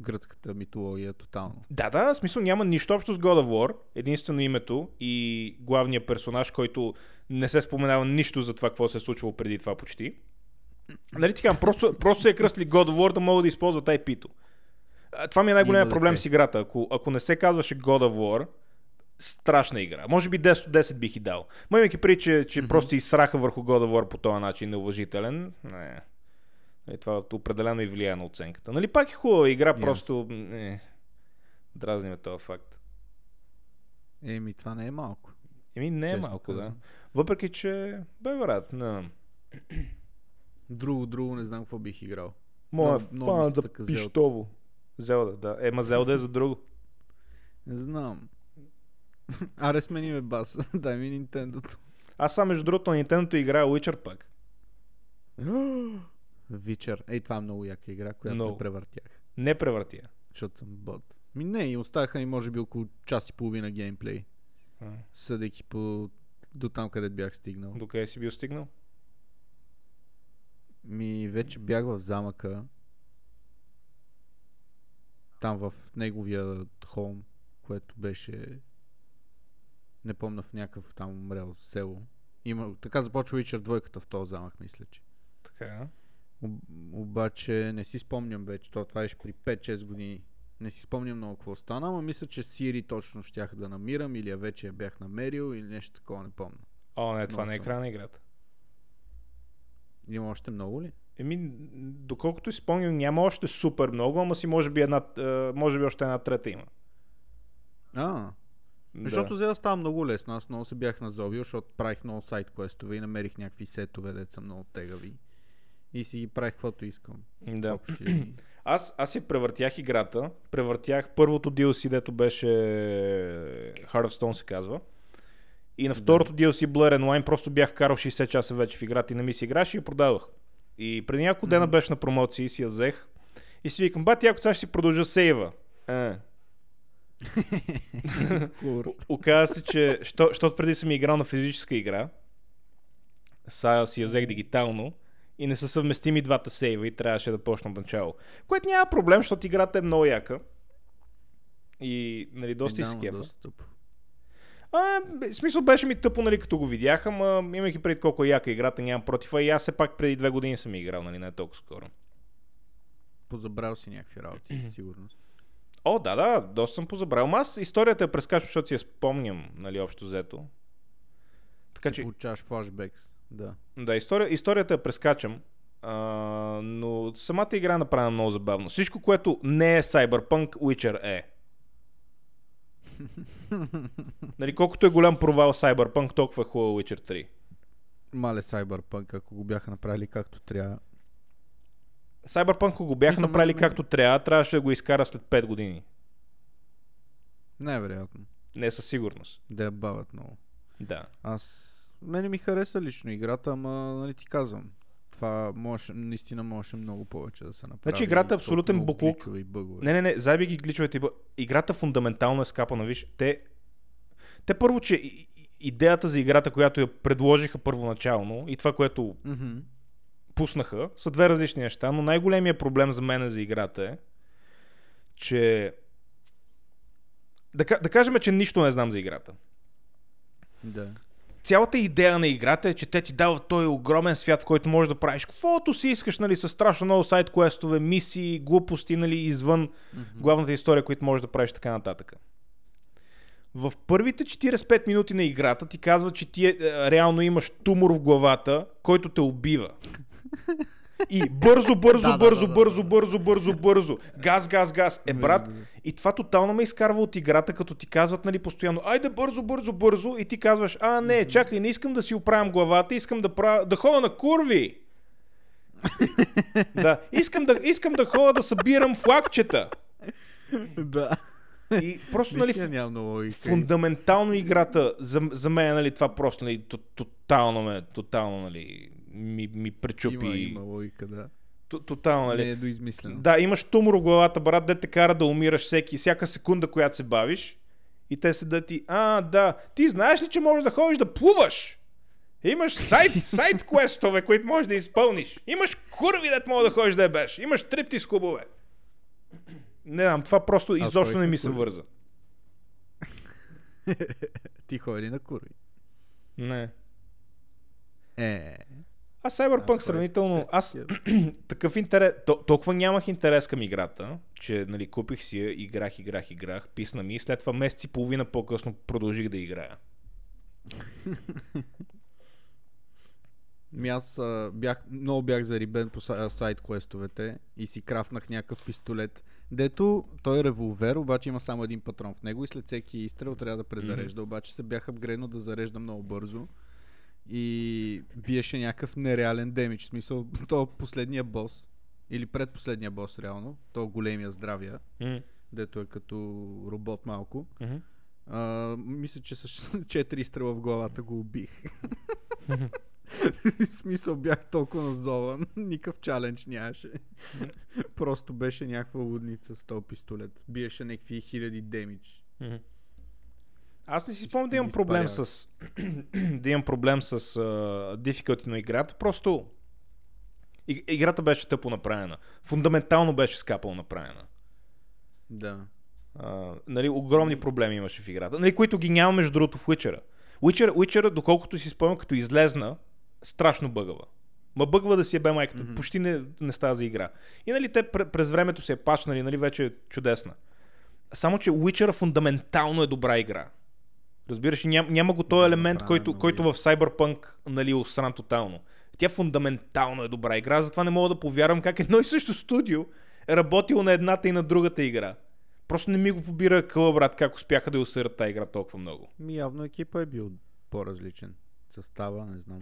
[SPEAKER 2] гръцката митология тотално.
[SPEAKER 1] Да, да, в смисъл няма нищо общо с God of War. Единствено името и главният персонаж, който не се споменава нищо за това, какво се е случвало преди това почти. Нали ти кажа, просто, просто се е кръстли God of War да могат да използват IP-то. А, Това ми е най-големият
[SPEAKER 2] Има
[SPEAKER 1] проблем
[SPEAKER 2] дете.
[SPEAKER 1] с играта. Ако, ако не се казваше God of War, страшна игра. Може би 10 от 10 бих и дал. Ма имайки при, че, че mm-hmm. просто изсраха върху God of War по този начин, неуважителен. Не. И това определено и влияе на оценката. Нали пак е хубава игра, yes.
[SPEAKER 2] Ясно.
[SPEAKER 1] просто... Не. Дразни ме този факт.
[SPEAKER 2] Еми, това не е малко.
[SPEAKER 1] Еми не е
[SPEAKER 2] честно
[SPEAKER 1] малко, да.
[SPEAKER 2] казано.
[SPEAKER 1] Въпреки, че... Бе, брат, не.
[SPEAKER 2] Друго, друго, не знам какво бих играл.
[SPEAKER 1] Моя
[SPEAKER 2] Много- много ми
[SPEAKER 1] фан
[SPEAKER 2] се
[SPEAKER 1] за
[SPEAKER 2] цъка Зелда.
[SPEAKER 1] пиштово. Зелда, да. Ема Зелда е за друго.
[SPEAKER 2] Не знам. Аре, смени ме бас. Дай ми Nintendo.
[SPEAKER 1] Аз сам, между другото, на Nintendo играя Witcher пак.
[SPEAKER 2] Вечер. Ей, това е много яка игра, която
[SPEAKER 1] Много.
[SPEAKER 2] не превъртях.
[SPEAKER 1] Не превъртия.
[SPEAKER 2] Защото съм бот. Ми не, и оставаха ми може би около час и половина геймплей.
[SPEAKER 1] А.
[SPEAKER 2] Съдейки по до там, къде бях стигнал.
[SPEAKER 1] До къде си бил стигнал?
[SPEAKER 2] Ми вече бях в замъка. Там в неговия холм, което беше не помня в някакъв там умрел село. Има, така започва Witcher двойката в този замък, мисля, че.
[SPEAKER 1] Така.
[SPEAKER 2] Об- обаче не си спомням вече, то това беше при 5-6 години. Не си спомням много какво стана, но мисля, че Сири точно щях да намирам или я вече я бях намерил или нещо такова, не помня.
[SPEAKER 1] О, не, това
[SPEAKER 2] Много
[SPEAKER 1] не е
[SPEAKER 2] съм.
[SPEAKER 1] края на играта.
[SPEAKER 2] Има още много ли?
[SPEAKER 1] Еми, н- доколкото си спомням, няма още супер много, ама си може би една, е, може би още една трета има.
[SPEAKER 2] А,
[SPEAKER 1] Да.
[SPEAKER 2] Защото за да става много лесно. Аз много се бях назовил, защото правих много сайт квестове и намерих някакви сетове, де са много тегави. И си ги правих каквото искам.
[SPEAKER 1] Да.
[SPEAKER 2] Общи линии.
[SPEAKER 1] Аз, аз си превъртях играта. Превъртях първото DLC, дето беше Hearthstone се казва. И на второто DLC Blur and Line просто бях карал 60 часа вече в играта и не ми си играше и я продавах. И преди няколко дена беше на промоция и си я взех. И си викам, бати, ако сега ще си продължа сейва. Е,
[SPEAKER 2] Хур.
[SPEAKER 1] О- Оказва се, че, що- защото преди съм играл на физическа игра, сега си я взех дигитално и не са съвместими двата сейва и трябваше да почна от начало. Което няма проблем, защото играта е много яка. И, нали, доста и
[SPEAKER 2] Е, да,
[SPEAKER 1] се
[SPEAKER 2] ма,
[SPEAKER 1] кефа.
[SPEAKER 2] доста тъпо.
[SPEAKER 1] А, бе, в смисъл беше ми тъпо, нали, като го видях, ама имайки преди колко е яка играта, нямам против. А и аз все пак преди две години съм я играл, нали, не толкова скоро.
[SPEAKER 2] Позабрал си някакви работи, със сигурност.
[SPEAKER 1] О, да, да, доста съм позабрал. Ама аз историята я прескачам, защото си я спомням, нали, общо взето. Така
[SPEAKER 2] Ти
[SPEAKER 1] че,
[SPEAKER 2] получаваш флашбекс. Да.
[SPEAKER 1] Значи- Да, история, историята я прескачам, а, но самата игра е направена много забавно. Всичко, което не е Cyberpunk, Witcher е. нали, колкото е голям провал Cyberpunk, толкова е хубава Witcher 3.
[SPEAKER 2] Мале Cyberpunk, ако го бяха направили както трябва.
[SPEAKER 1] Cyberpunk, ако го бяха
[SPEAKER 2] Мисля,
[SPEAKER 1] направили
[SPEAKER 2] мен-
[SPEAKER 1] както трябва, трябваше да го изкара след 5 години.
[SPEAKER 2] Най-вероятно.
[SPEAKER 1] Не със сигурност.
[SPEAKER 2] Да я бавят много.
[SPEAKER 1] Да.
[SPEAKER 2] Аз... Мене ми хареса лично играта, ама нали ти казвам. Това може, наистина можеше много повече да се направи.
[SPEAKER 1] играта е
[SPEAKER 2] и толкова
[SPEAKER 1] абсолютен
[SPEAKER 2] много
[SPEAKER 1] буклук.
[SPEAKER 2] гличове И бъгове.
[SPEAKER 1] Не, не, не, заби ги гличовете. и б- Играта фундаментално е скапана, виж. Те, те първо, че и- и- идеята за играта, която я предложиха първоначално и това, което
[SPEAKER 2] Мгм.
[SPEAKER 1] пуснаха, са две различни неща, но най-големият проблем за мен за играта е, че да, ка- да кажем, че нищо не знам за играта.
[SPEAKER 2] Да.
[SPEAKER 1] Цялата идея на играта е, че те ти дават този огромен свят, в който можеш да правиш каквото си искаш, нали, с страшно много сайт квестове, мисии, глупости, нали, извън главната история, която можеш да правиш така нататък. В първите 45 минути на играта ти казва, че ти е, е, реално имаш тумор в главата, който те убива. И бързо, бързо,
[SPEAKER 2] Да, да,
[SPEAKER 1] бързо,
[SPEAKER 2] да, да,
[SPEAKER 1] бързо,
[SPEAKER 2] да.
[SPEAKER 1] бързо, бързо, бързо. Газ, газ, газ. Е,
[SPEAKER 2] Да,
[SPEAKER 1] брат,
[SPEAKER 2] да, да.
[SPEAKER 1] и това тотално ме изкарва от играта, като ти казват, нали, постоянно, айде бързо, бързо, бързо, и ти казваш, а, не, чакай, не искам да си оправям главата, искам да, правя, да ходя на курви. да, искам да, искам да ходя да събирам флагчета.
[SPEAKER 2] да.
[SPEAKER 1] И просто, нали,
[SPEAKER 2] Наистина няма много логика.
[SPEAKER 1] фундаментално играта за, за мен, нали, това просто, нали, т- тотално ме, тотално, нали, ми, ми пречупи.
[SPEAKER 2] Има, има логика, да.
[SPEAKER 1] Т- Т- Тотално, нали?
[SPEAKER 2] Не е доизмислено.
[SPEAKER 1] Да, имаш тумор в главата, брат, да те кара да умираш всеки, всяка секунда, която се бавиш. И те се да ти, а, да, ти знаеш ли, че можеш да ходиш да плуваш? Имаш сайт, сайт квестове, които можеш да изпълниш. Имаш курви, дет мога да ходиш да ебеш. Имаш триптиз клубове. Не знам, това просто изобщо
[SPEAKER 2] ходих
[SPEAKER 1] не
[SPEAKER 2] на
[SPEAKER 1] ми се
[SPEAKER 2] курви.
[SPEAKER 1] върза.
[SPEAKER 2] Ти ходи на курви.
[SPEAKER 1] Не.
[SPEAKER 2] Е,
[SPEAKER 1] А Cyberpunk
[SPEAKER 2] ходих
[SPEAKER 1] сравнително...
[SPEAKER 2] без
[SPEAKER 1] Аз
[SPEAKER 2] такива.
[SPEAKER 1] такъв интерес... то- Толкова нямах интерес към играта, че нали, купих си я, играх, играх, играх, писна ми и след това месец и половина по-късно продължих да играя.
[SPEAKER 2] Ми аз а, бях, много бях зарибен по са- сайт квестовете и си крафнах някакъв пистолет. Дето той е револвер, обаче има само един патрон в него и след всеки изстрел трябва да презарежда. Обаче се бях апгрейнал да зарежда много бързо и биеше някакъв нереален демидж. В смисъл, то е последния бос или предпоследния бос реално, то е големия здравия,
[SPEAKER 1] М.
[SPEAKER 2] дето е като робот малко.
[SPEAKER 1] Мгм.
[SPEAKER 2] А, мисля, че с 4 стрела в главата го убих. в смисъл бях толкова назован, никакъв чалендж нямаше. Просто беше някаква лудница с този пистолет. Биеше някакви хиляди демидж.
[SPEAKER 1] Мгм. Аз не си спомням да имам
[SPEAKER 2] ми
[SPEAKER 1] проблем
[SPEAKER 2] изпарява.
[SPEAKER 1] с да имам проблем с uh, difficulty на играта, просто и, играта беше тъпо направена. Фундаментално беше скапал направена.
[SPEAKER 2] Да.
[SPEAKER 1] Uh, нали, огромни проблеми имаше в играта, нали, които ги няма между другото в Witcher. Witcher, Witcher доколкото си спомням, като излезна, страшно бъгава. Ма бъгва да си е бе майката, mm-hmm. почти не, не става за игра. И нали те пр- през времето се е пачнали, нали вече е чудесна. Само, че Witcher фундаментално е добра игра. Разбираш, ли, ням, няма го този елемент,
[SPEAKER 2] направена
[SPEAKER 1] който,
[SPEAKER 2] много
[SPEAKER 1] който в Cyberpunk нали, е осран тотално. Тя фундаментално е добра игра, затова не мога да повярвам как едно и също студио е работило на едната и на другата игра. Просто не ми го побира къла, брат, как успяха да я усърят тази игра толкова много.
[SPEAKER 2] Ми явно екипа е бил по-различен. Състава, не знам.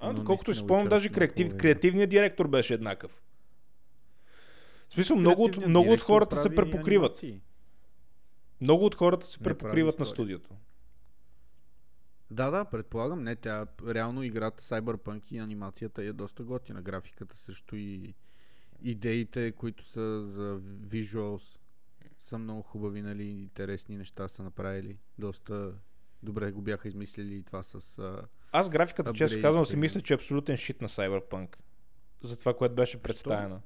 [SPEAKER 1] А,
[SPEAKER 2] Но
[SPEAKER 1] доколкото си
[SPEAKER 2] наистина
[SPEAKER 1] спомням,
[SPEAKER 2] Witcher
[SPEAKER 1] даже
[SPEAKER 2] е много
[SPEAKER 1] креатив,
[SPEAKER 2] хубава игра.
[SPEAKER 1] креативният директор беше еднакъв. В смисъл, много от,
[SPEAKER 2] Креативният
[SPEAKER 1] много от
[SPEAKER 2] директор
[SPEAKER 1] хората се
[SPEAKER 2] прави
[SPEAKER 1] препокриват.
[SPEAKER 2] анимации.
[SPEAKER 1] Много от хората се
[SPEAKER 2] Не прави
[SPEAKER 1] препокриват на
[SPEAKER 2] история.
[SPEAKER 1] студиото.
[SPEAKER 2] Да, да, предполагам. Не, тя реално играта Cyberpunk и анимацията е доста готина. Графиката също и идеите, които са за visuals са много хубави, нали, интересни неща са направили. Доста добре го бяха измислили и това с... А...
[SPEAKER 1] Аз графиката, често
[SPEAKER 2] Апгрейд,
[SPEAKER 1] казвам, си
[SPEAKER 2] примерно.
[SPEAKER 1] мисля, че е абсолютен шит на Cyberpunk. За това, което беше представена.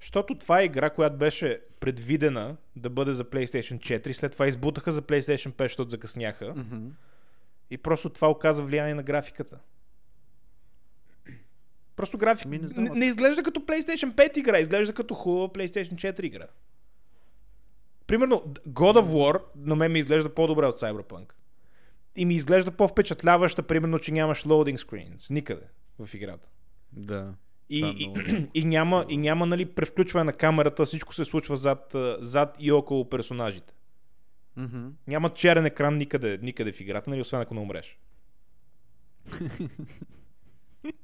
[SPEAKER 1] Защото това е игра, която беше предвидена да бъде за PlayStation 4, след това избутаха за PlayStation 5, защото закъсняха.
[SPEAKER 2] Mm-hmm.
[SPEAKER 1] И просто това оказа влияние на графиката. Просто график...
[SPEAKER 2] Ми,
[SPEAKER 1] Не,
[SPEAKER 2] Ами не знам,
[SPEAKER 1] не,
[SPEAKER 2] аз-
[SPEAKER 1] не изглежда като PlayStation 5 игра, изглежда като хубава PlayStation 4 игра. Примерно, д- God of War на мен ми изглежда по-добре от Cyberpunk. И ми изглежда по-впечатляваща, примерно, че нямаш loading screens никъде в играта.
[SPEAKER 2] Да.
[SPEAKER 1] И,
[SPEAKER 2] Това е
[SPEAKER 1] и,
[SPEAKER 2] много
[SPEAKER 1] и, няма, и няма, нали, превключване на камерата, всичко се случва зад, а, зад и около персонажите.
[SPEAKER 2] Mm-hmm.
[SPEAKER 1] Няма черен екран никъде, никъде в играта, нали, освен ако не умреш.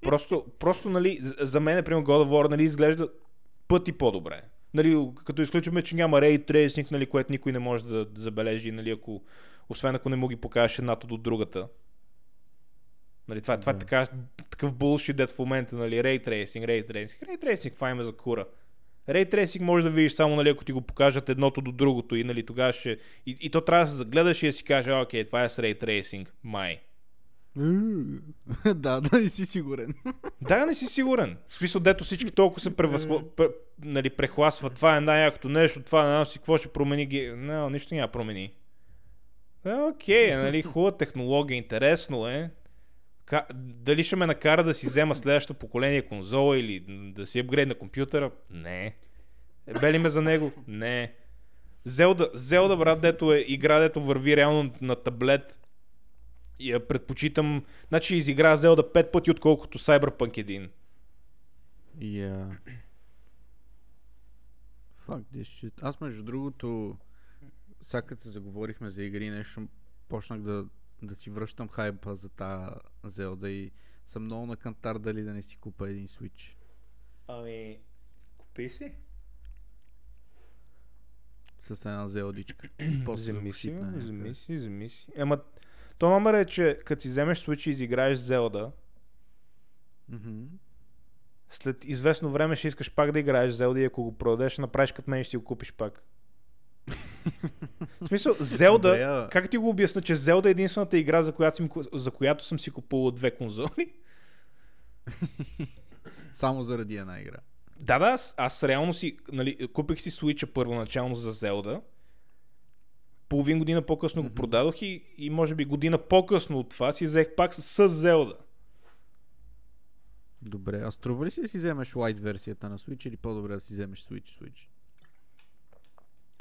[SPEAKER 1] просто, просто, нали, за- за мен, например, God of War, нали, изглежда пъти по-добре. Нали, като изключваме, че няма Ray Tracing, нали, което никой не може да забележи, нали, ако, освен ако не му ги покажеш едната до другата. Нали, това, това е
[SPEAKER 2] Да.
[SPEAKER 1] така, такъв булшит дет в момента, нали, Ray Tracing, Ray Tracing, Ray Tracing, това има за кура. Ray Tracing може да видиш само, нали, ако ти го покажат едното до другото и, нали, тогава ще... И, и то трябва да се загледаш и да си каже, окей, това е с Ray Tracing, май.
[SPEAKER 2] да, да не си сигурен.
[SPEAKER 1] Да, не си сигурен. В смисъл, дето всички толкова се превъзхла... пр... нали, прехласват. Това е най-якото нещо, това не знам си какво ще промени. Ги... Не, нищо няма промени. Е, Окей, е, нали, хубава технология, интересно е. Ка... Дали ще ме накара да си взема следващото поколение конзола или м, да си апгрейд на компютъра? Не. Е, Бели ме за него? Не. Зелда, Зелда, брат, дето е игра, дето върви реално на таблет. И я предпочитам... Значи изигра Зелда пет пъти, отколкото Cyberpunk един.
[SPEAKER 2] Yeah. Fuck this shit. Аз между другото, сега като се заговорихме за игри и нещо, почнах да, да си връщам хайпа за тази Зелда и съм много на кантар дали да не си купа един Switch.
[SPEAKER 1] Ами, купи си.
[SPEAKER 2] С една Зелдичка. После да го
[SPEAKER 1] Вземи си,
[SPEAKER 2] шипна някъде.
[SPEAKER 1] вземи си, вземи си. Ема, то номер е, че като си вземеш Switch и изиграеш Зелда,
[SPEAKER 2] Мгм.
[SPEAKER 1] След известно време ще искаш пак да играеш Зелда и ако го продадеш, ще направиш като мен и ще го купиш пак. В смисъл, Зелда,
[SPEAKER 2] Добре, а.
[SPEAKER 1] как ти го обясна, че Зелда е единствената игра, за която, съм, за която съм си купувал две конзоли?
[SPEAKER 2] Само заради една игра.
[SPEAKER 1] Да, да, аз, аз реално си, нали, купих си Switch първоначално за Зелда. Половин година по-късно го продадох и, и може би година по-късно от това си взех пак с, с Зелда.
[SPEAKER 2] Добре, а струва ли си да си вземеш Lite версията на Switch или по-добре да си вземеш Switch Switch?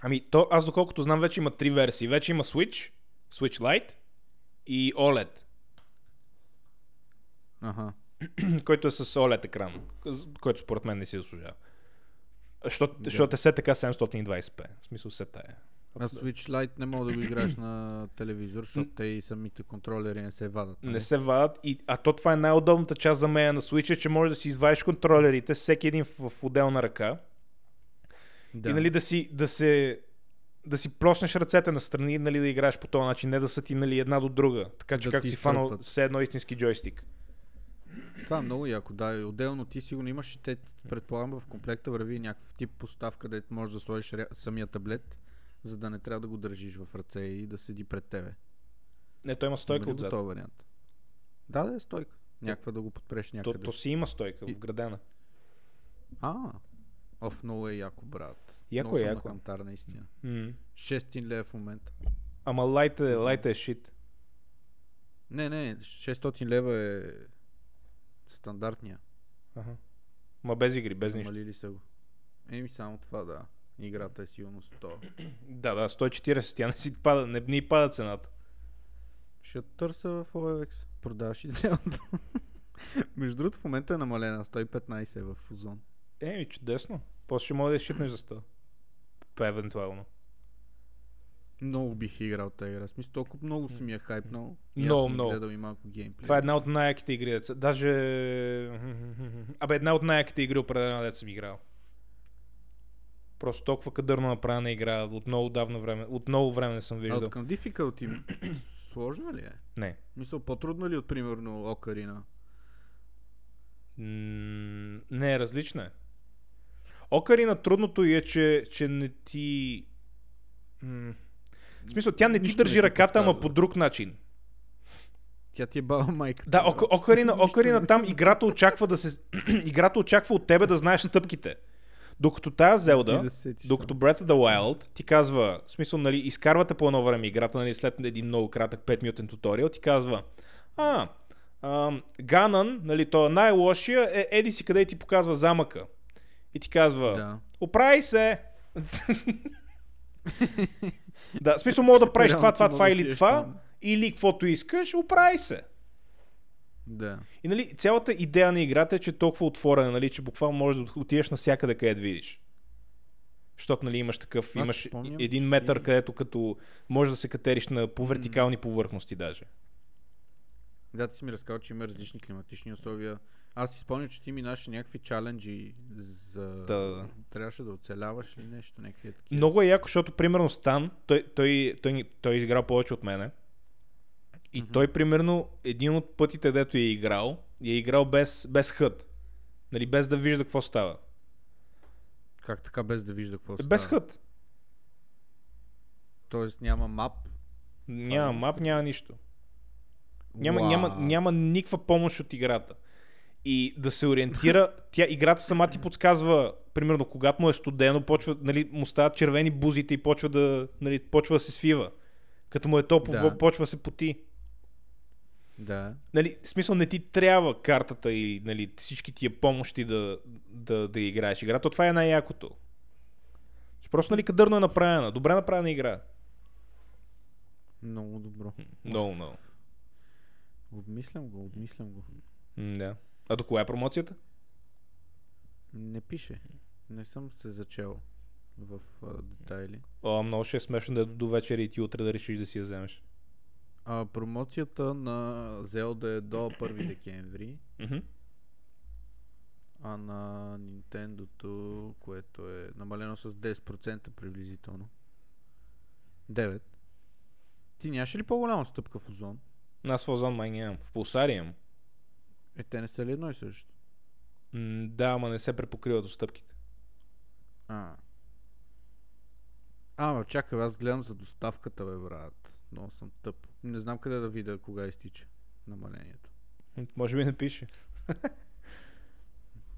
[SPEAKER 1] Ами, то, аз доколкото знам, вече има три версии. Вече има Switch, Switch Lite и OLED,
[SPEAKER 2] Аха.
[SPEAKER 1] който е с OLED екран, който според мен не си заслужава. Защото защото е все така 720p. В смисъл все тая.
[SPEAKER 2] А Switch Lite не мога да го играеш на телевизор, защото те и самите контролери не се вадат.
[SPEAKER 1] Не
[SPEAKER 2] нали?
[SPEAKER 1] се вадат. И, а то това е най-удобната част за мен на Switch, е, че можеш да си извадиш контролерите, всеки един в, в отделна ръка. Да.
[SPEAKER 2] Да.
[SPEAKER 1] И нали да си, да се, да си проснеш ръцете настрани, нали да играеш по този начин, не да са ти нали, една до друга. Така че
[SPEAKER 2] Да
[SPEAKER 1] да както
[SPEAKER 2] ти
[SPEAKER 1] си фанал
[SPEAKER 2] изтръпват.
[SPEAKER 1] все едно истински джойстик.
[SPEAKER 2] Това е много яко, да. И отделно ти сигурно имаш и те, предполагам, в комплекта върви някакъв тип поставка, където можеш да сложиш ря- самия таблет, за да не трябва да го държиш в ръце и да седи пред тебе.
[SPEAKER 1] Не, той има стойка
[SPEAKER 2] Има ли го
[SPEAKER 1] отзад.
[SPEAKER 2] този вариант? Да, да, е стойка. Някаква да го подпреш
[SPEAKER 1] То,
[SPEAKER 2] някъде.
[SPEAKER 1] то си има стойка, вградена.
[SPEAKER 2] А, оф, много е яко, брат.
[SPEAKER 1] Яко
[SPEAKER 2] много
[SPEAKER 1] е,
[SPEAKER 2] съм
[SPEAKER 1] яко е.
[SPEAKER 2] Кантар, наистина.
[SPEAKER 1] м
[SPEAKER 2] 600 лева в момента.
[SPEAKER 1] Ама лайта е, лайта е шит.
[SPEAKER 2] Не, не, 600 лева е стандартния.
[SPEAKER 1] Ага. Ма без игри, без нищо.
[SPEAKER 2] Намалили са го. Еми само това, да. Играта е сигурно 100.
[SPEAKER 1] Да, да, 140, тя не си пада, не, не й пада цената.
[SPEAKER 2] Ще я търся в OLX. Продаваш изделата. Между другото, в момента е намалена. 115 е в Озон.
[SPEAKER 1] Еми, чудесно. После ще мога да я шипнеш за 100. Па, евентуално.
[SPEAKER 2] Много бих играл тази игра. В Смисъл, толкова много си ми е хайпнал. И аз
[SPEAKER 1] Много,
[SPEAKER 2] съм
[SPEAKER 1] много.
[SPEAKER 2] гледал и малко геймплей.
[SPEAKER 1] Това е една от най-яките игри. деца. Даже... Абе, една от най-яките игри, определено дет съм играл. Просто толкова кадърно направена игра. От много давно време. От много време не съм
[SPEAKER 2] А
[SPEAKER 1] виждал.
[SPEAKER 2] от към difficulty сложна ли е?
[SPEAKER 1] Не.
[SPEAKER 2] Мисъл, по-трудна ли е от примерно Окарина?
[SPEAKER 1] М, Не, различна е. Окарина трудното й е, че, че не ти... М, В смисъл, тя не ти
[SPEAKER 2] Нищо не
[SPEAKER 1] държи
[SPEAKER 2] ти
[SPEAKER 1] ръката, ама
[SPEAKER 2] подсказва.
[SPEAKER 1] по друг начин.
[SPEAKER 2] Тя ти е баба майка.
[SPEAKER 1] Да, Ока- Окарина, Окарина там играта очаква да се... играта очаква от тебе да знаеш стъпките. Докато тази Зелда,
[SPEAKER 2] да се сетиш
[SPEAKER 1] докато Breath of the Wild, ти казва, в смисъл, нали, изкарвате по едно време играта, нали, след един много кратък 5-минутен туториал, ти казва, а, ам, Ганан, нали, той е най-лошия, е, еди си къде и ти показва замъка. И ти казва,
[SPEAKER 2] Да.
[SPEAKER 1] оправи се! да, в смисъл мога да правиш това,
[SPEAKER 2] Реално
[SPEAKER 1] това,
[SPEAKER 2] ти
[SPEAKER 1] това
[SPEAKER 2] мога да
[SPEAKER 1] или
[SPEAKER 2] отидеш
[SPEAKER 1] това,
[SPEAKER 2] там.
[SPEAKER 1] или каквото искаш, оправи се!
[SPEAKER 2] Да.
[SPEAKER 1] И нали, цялата идея на играта е, че е толкова отворена, нали, че буквално можеш да отидеш навсякъде, където видиш. Защото нали, имаш такъв,
[SPEAKER 2] си
[SPEAKER 1] имаш
[SPEAKER 2] спомням,
[SPEAKER 1] един
[SPEAKER 2] че
[SPEAKER 1] метър,
[SPEAKER 2] има.
[SPEAKER 1] където като можеш да се катериш на по вертикални повърхности даже.
[SPEAKER 2] Да, ти си ми разказал, че има различни климатични условия. Аз си спомням, че ти минаше някакви чаленджи за...
[SPEAKER 1] Да, да, да.
[SPEAKER 2] Трябваше да оцеляваш ли нещо, някакви е такива.
[SPEAKER 1] Много е яко, защото примерно Стан, той, той, той, той, той изиграл повече от мене. И той примерно един от пътите, дето е играл, е играл без, без хът. Нали, без да вижда какво става.
[SPEAKER 2] Как така, без да вижда какво става?
[SPEAKER 1] Без хът.
[SPEAKER 2] Тоест няма мап.
[SPEAKER 1] Няма
[SPEAKER 2] нещо.
[SPEAKER 1] мап, няма нищо. Няма,
[SPEAKER 2] Уау.
[SPEAKER 1] няма, няма никаква помощ от играта. И да се ориентира, тя, играта сама ти подсказва, примерно, когато му е студено, почва, нали, му стават червени бузите и почва да, нали, почва да се свива. Като му е топло,
[SPEAKER 2] Да.
[SPEAKER 1] да. почва да се поти.
[SPEAKER 2] Да.
[SPEAKER 1] Нали, в смисъл не ти трябва картата и нали, всички тия помощи да, да, да играеш игра. То това е най-якото. Просто нали, кадърно е направена. Добре направена игра.
[SPEAKER 2] Много добро.
[SPEAKER 1] Много, много.
[SPEAKER 2] Обмислям го, обмислям го.
[SPEAKER 1] М, Да. А до коя е промоцията?
[SPEAKER 2] Не пише. Не съм се зачел в а, детайли.
[SPEAKER 1] О, много ще е смешно да е до вечера и ти утре да решиш да си я вземеш.
[SPEAKER 2] А, промоцията на Зелда е до 1 декември,
[SPEAKER 1] Мгм.
[SPEAKER 2] а на Nintendo, което е намалено с 10% приблизително. 9. Ти нямаше ли по-голяма стъпка в Озон?
[SPEAKER 1] Аз в Озон май нямам. В Пулсари имам.
[SPEAKER 2] Е, те не са ли едно и също?
[SPEAKER 1] М, да, ама не се препокриват отстъпките.
[SPEAKER 2] А. А, ма, чакай, бе, аз гледам за доставката, бе, брат. Много съм тъп. Не знам къде да видя кога изтича намалението.
[SPEAKER 1] М, Може би не пише.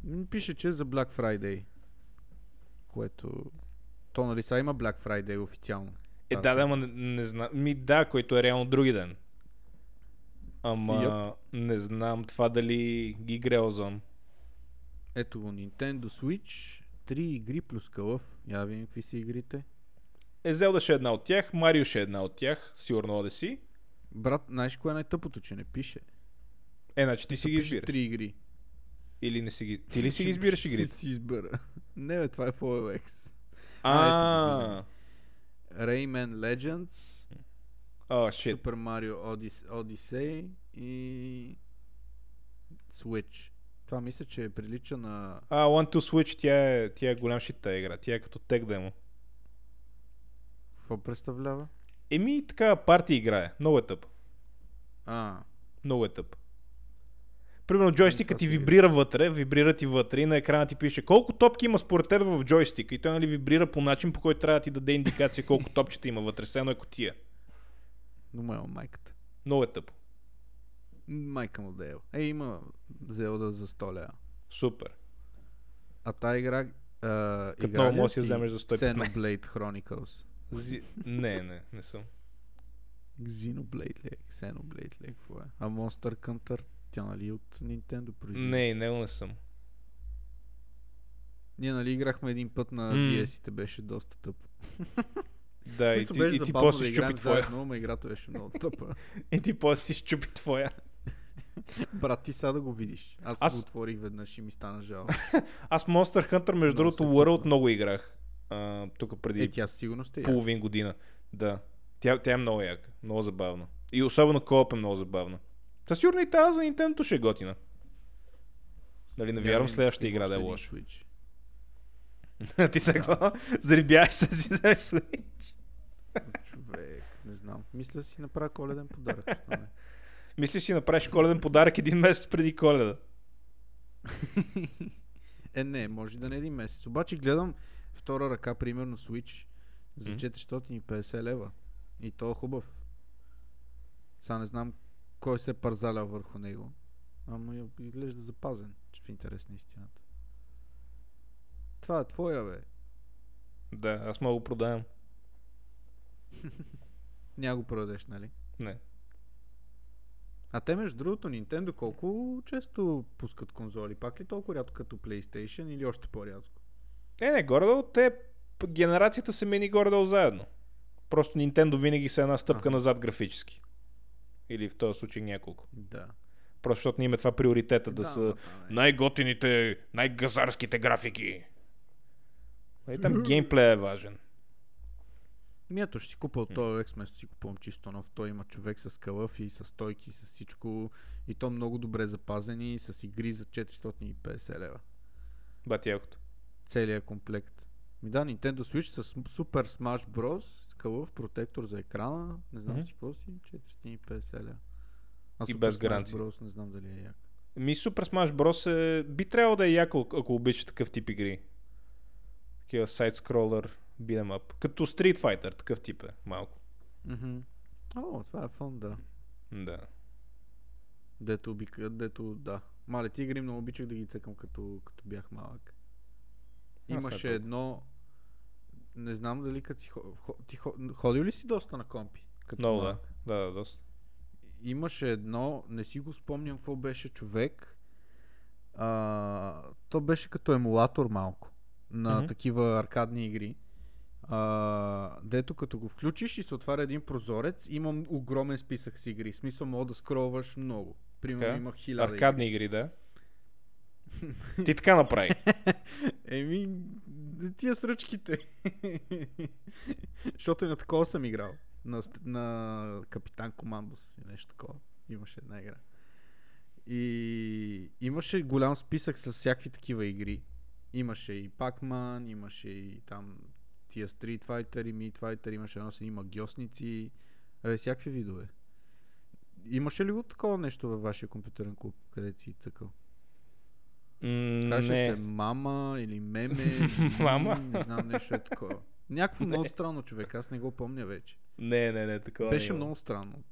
[SPEAKER 2] М, Пише, че е за Black Friday. Което... То, нали, сега има Black Friday официално.
[SPEAKER 1] Е,
[SPEAKER 2] Аз
[SPEAKER 1] да, да,
[SPEAKER 2] съм-
[SPEAKER 1] ама не, не знам. Ми да, който е реално други ден. Ама не знам това дали ги игре Озон.
[SPEAKER 2] Ето го, Nintendo Switch. Три игри плюс кълъв. Я да видим какви са игрите.
[SPEAKER 1] Е, Зелда ще е една от тях, Марио ще е една от тях, сигурно Одеси.
[SPEAKER 2] Брат, знаеш кое е най-тъпото, че не пише?
[SPEAKER 1] Е, значи ти си
[SPEAKER 2] Та
[SPEAKER 1] ги
[SPEAKER 2] пише
[SPEAKER 1] избираш.
[SPEAKER 2] Три игри.
[SPEAKER 1] Или не си ги... Ти ли си ги избираш игрите?
[SPEAKER 2] Ще си избера. Не, бе, това е в OLX. А, ето го
[SPEAKER 1] А,
[SPEAKER 2] виждам. Rayman Legends,
[SPEAKER 1] о, шит.
[SPEAKER 2] Super Mario Odyssey, Odyssey и Switch. Това мисля, че прилича на...
[SPEAKER 1] А, One to Switch, тя е, тя е голям шит тая игра. Тя е като тег демо.
[SPEAKER 2] Какво представлява?
[SPEAKER 1] Еми, така, парти играе. Много е тъп.
[SPEAKER 2] А,
[SPEAKER 1] Много е тъп. Примерно джойстика
[SPEAKER 2] Ами, това
[SPEAKER 1] ти
[SPEAKER 2] си-
[SPEAKER 1] вибрира вътре, вибрира ти вътре и на екрана ти пише колко топки има според теб в джойстика и той нали вибрира по начин, по който трябва да ти даде индикация колко топчета има вътре, все едно е котия.
[SPEAKER 2] думаю, майката.
[SPEAKER 1] Много е тъпо.
[SPEAKER 2] Майка му да е. Е, има Зелда за 100 лева.
[SPEAKER 1] Супер.
[SPEAKER 2] А тая игра... А,
[SPEAKER 1] Като
[SPEAKER 2] игра
[SPEAKER 1] много
[SPEAKER 2] ли
[SPEAKER 1] може да си я
[SPEAKER 2] ти
[SPEAKER 1] вземеш за 115?
[SPEAKER 2] Xenoblade Chronicles.
[SPEAKER 1] Зи... Не, не, не съм.
[SPEAKER 2] Xenoblade ли е? Xenoblade ли е? Какво е? А Monster Hunter? Тя нали е от Nintendo произвежда?
[SPEAKER 1] Не, не, не съм.
[SPEAKER 2] Ние нали играхме един път на
[SPEAKER 1] М.
[SPEAKER 2] DS-ите, беше доста тъпо.
[SPEAKER 1] Да, и
[SPEAKER 2] Мисля,
[SPEAKER 1] ти,
[SPEAKER 2] беше
[SPEAKER 1] и ти
[SPEAKER 2] забавно
[SPEAKER 1] после
[SPEAKER 2] да
[SPEAKER 1] щупи
[SPEAKER 2] играем
[SPEAKER 1] твоя.
[SPEAKER 2] Заедно, но играта беше много тъпа.
[SPEAKER 1] И ти после щупи твоя.
[SPEAKER 2] Брат, ти сега да го видиш. Аз,
[SPEAKER 1] Аз-
[SPEAKER 2] го отворих веднъж и ми стана жал.
[SPEAKER 1] Аз Monster Hunter, между
[SPEAKER 2] Много
[SPEAKER 1] другото,
[SPEAKER 2] се
[SPEAKER 1] World
[SPEAKER 2] пипна.
[SPEAKER 1] много играх. А, тук преди
[SPEAKER 2] Е, тя със сигурност е. я.
[SPEAKER 1] половин година. Да. Тя, тя е много яка. Много забавна. И особено Коп е много забавна. Със сигурно и тази за Nintendo ще е готина. Нали, не вярвам
[SPEAKER 2] Вярвам,
[SPEAKER 1] следващата
[SPEAKER 2] има
[SPEAKER 1] игра да е
[SPEAKER 2] още един
[SPEAKER 1] лоша.
[SPEAKER 2] Switch.
[SPEAKER 1] Ти сега какво? Зарибяваш се си вземеш Switch.
[SPEAKER 2] Човек, не знам. Мисля си направя коледен подарък. нали? защо не?
[SPEAKER 1] Мислиш си направиш коледен подарък един месец преди коледа.
[SPEAKER 2] е, не, може да не е един месец. Обаче гледам втора ръка, примерно Switch, за
[SPEAKER 1] М.
[SPEAKER 2] 450 лева. И то е хубав. Сега не знам кой се е парзалял върху него. Ама я- изглежда запазен, че в интерес на истината. Това е твоя, бе.
[SPEAKER 1] Да, аз мога го продавам.
[SPEAKER 2] Няма го продадеш, нали?
[SPEAKER 1] Не.
[SPEAKER 2] А те, между другото, Nintendo колко често пускат конзоли? Пак ли толкова рядко като PlayStation или още по-рядко?
[SPEAKER 1] Е, Не, не, горе-долу те п- генерацията се мини горе-долу заедно. Просто Nintendo винаги са една стъпка
[SPEAKER 2] Аха.
[SPEAKER 1] назад графически. Или в този случай няколко.
[SPEAKER 2] Да.
[SPEAKER 1] Просто защото ние имаме това приоритета да,
[SPEAKER 2] Да,
[SPEAKER 1] са
[SPEAKER 2] ама това е.
[SPEAKER 1] най-готините, най-газарските графики. И там геймплея е важен.
[SPEAKER 2] Ми ето ще си купа от този екс, вместо си купувам чисто нов. Той има човек с кълъв и с стойки, и с всичко. И то много добре запазени, и с игри за 450 лева.
[SPEAKER 1] Бати якото.
[SPEAKER 2] Целият комплект. Ми да, Nintendo Switch с Super Smash Bros. Кълъв, протектор за екрана, не знам
[SPEAKER 1] Мгм.
[SPEAKER 2] си какво си, 450 лева. А
[SPEAKER 1] И
[SPEAKER 2] Super
[SPEAKER 1] без
[SPEAKER 2] Smash
[SPEAKER 1] гаранция.
[SPEAKER 2] Bros. не знам дали е як.
[SPEAKER 1] Ми Super Smash Bros. Е... би трябвало да е яко, ако обича такъв тип игри. Такива сайт-скролър, beat'em up. Като Street Fighter, такъв тип е малко.
[SPEAKER 2] Мгм. О, това е фон, да.
[SPEAKER 1] Да.
[SPEAKER 2] Дето обика, дето да. Мале, ти игри много обичах да ги цъкам като, като бях малък.
[SPEAKER 1] не
[SPEAKER 2] Имаше
[SPEAKER 1] толкова.
[SPEAKER 2] едно... Не знам дали като си... хо- хо- Ти хо- ходил ли си доста на компи? Като
[SPEAKER 1] Много да.
[SPEAKER 2] малък?
[SPEAKER 1] Да, да, доста.
[SPEAKER 2] Имаше едно, не си го спомням какво беше човек. А, то беше като емулатор малко на
[SPEAKER 1] Мгм.
[SPEAKER 2] такива аркадни игри. А, дето като го включиш и се отваря един прозорец, имам огромен списък с игри. В смисъл мога да скроваш много. Примерно
[SPEAKER 1] Така.
[SPEAKER 2] има хиляда игри.
[SPEAKER 1] Аркадни игри, да. Ти така направи.
[SPEAKER 2] Еми, д- тия с ръчките. Защото и на такова съм играл. На, ст- на Капитан Командос и нещо такова. Имаше една игра. И имаше голям списък с всякакви такива игри. Имаше и Пакман, имаше и там тия Street Fighter и Meat Fighter, имаше едно с има гьосници, абе, всякакви видове. Имаше ли го такова нещо във вашия компютърен клуб, къде си цъкал?
[SPEAKER 1] М,
[SPEAKER 2] Каже
[SPEAKER 1] не.
[SPEAKER 2] се мама или меме. или
[SPEAKER 1] Мама?
[SPEAKER 2] м, Не знам нещо е такова. Някакво много странно човек, аз не го помня вече.
[SPEAKER 1] не, не, не, такова не е.
[SPEAKER 2] Беше
[SPEAKER 1] има.
[SPEAKER 2] много странно.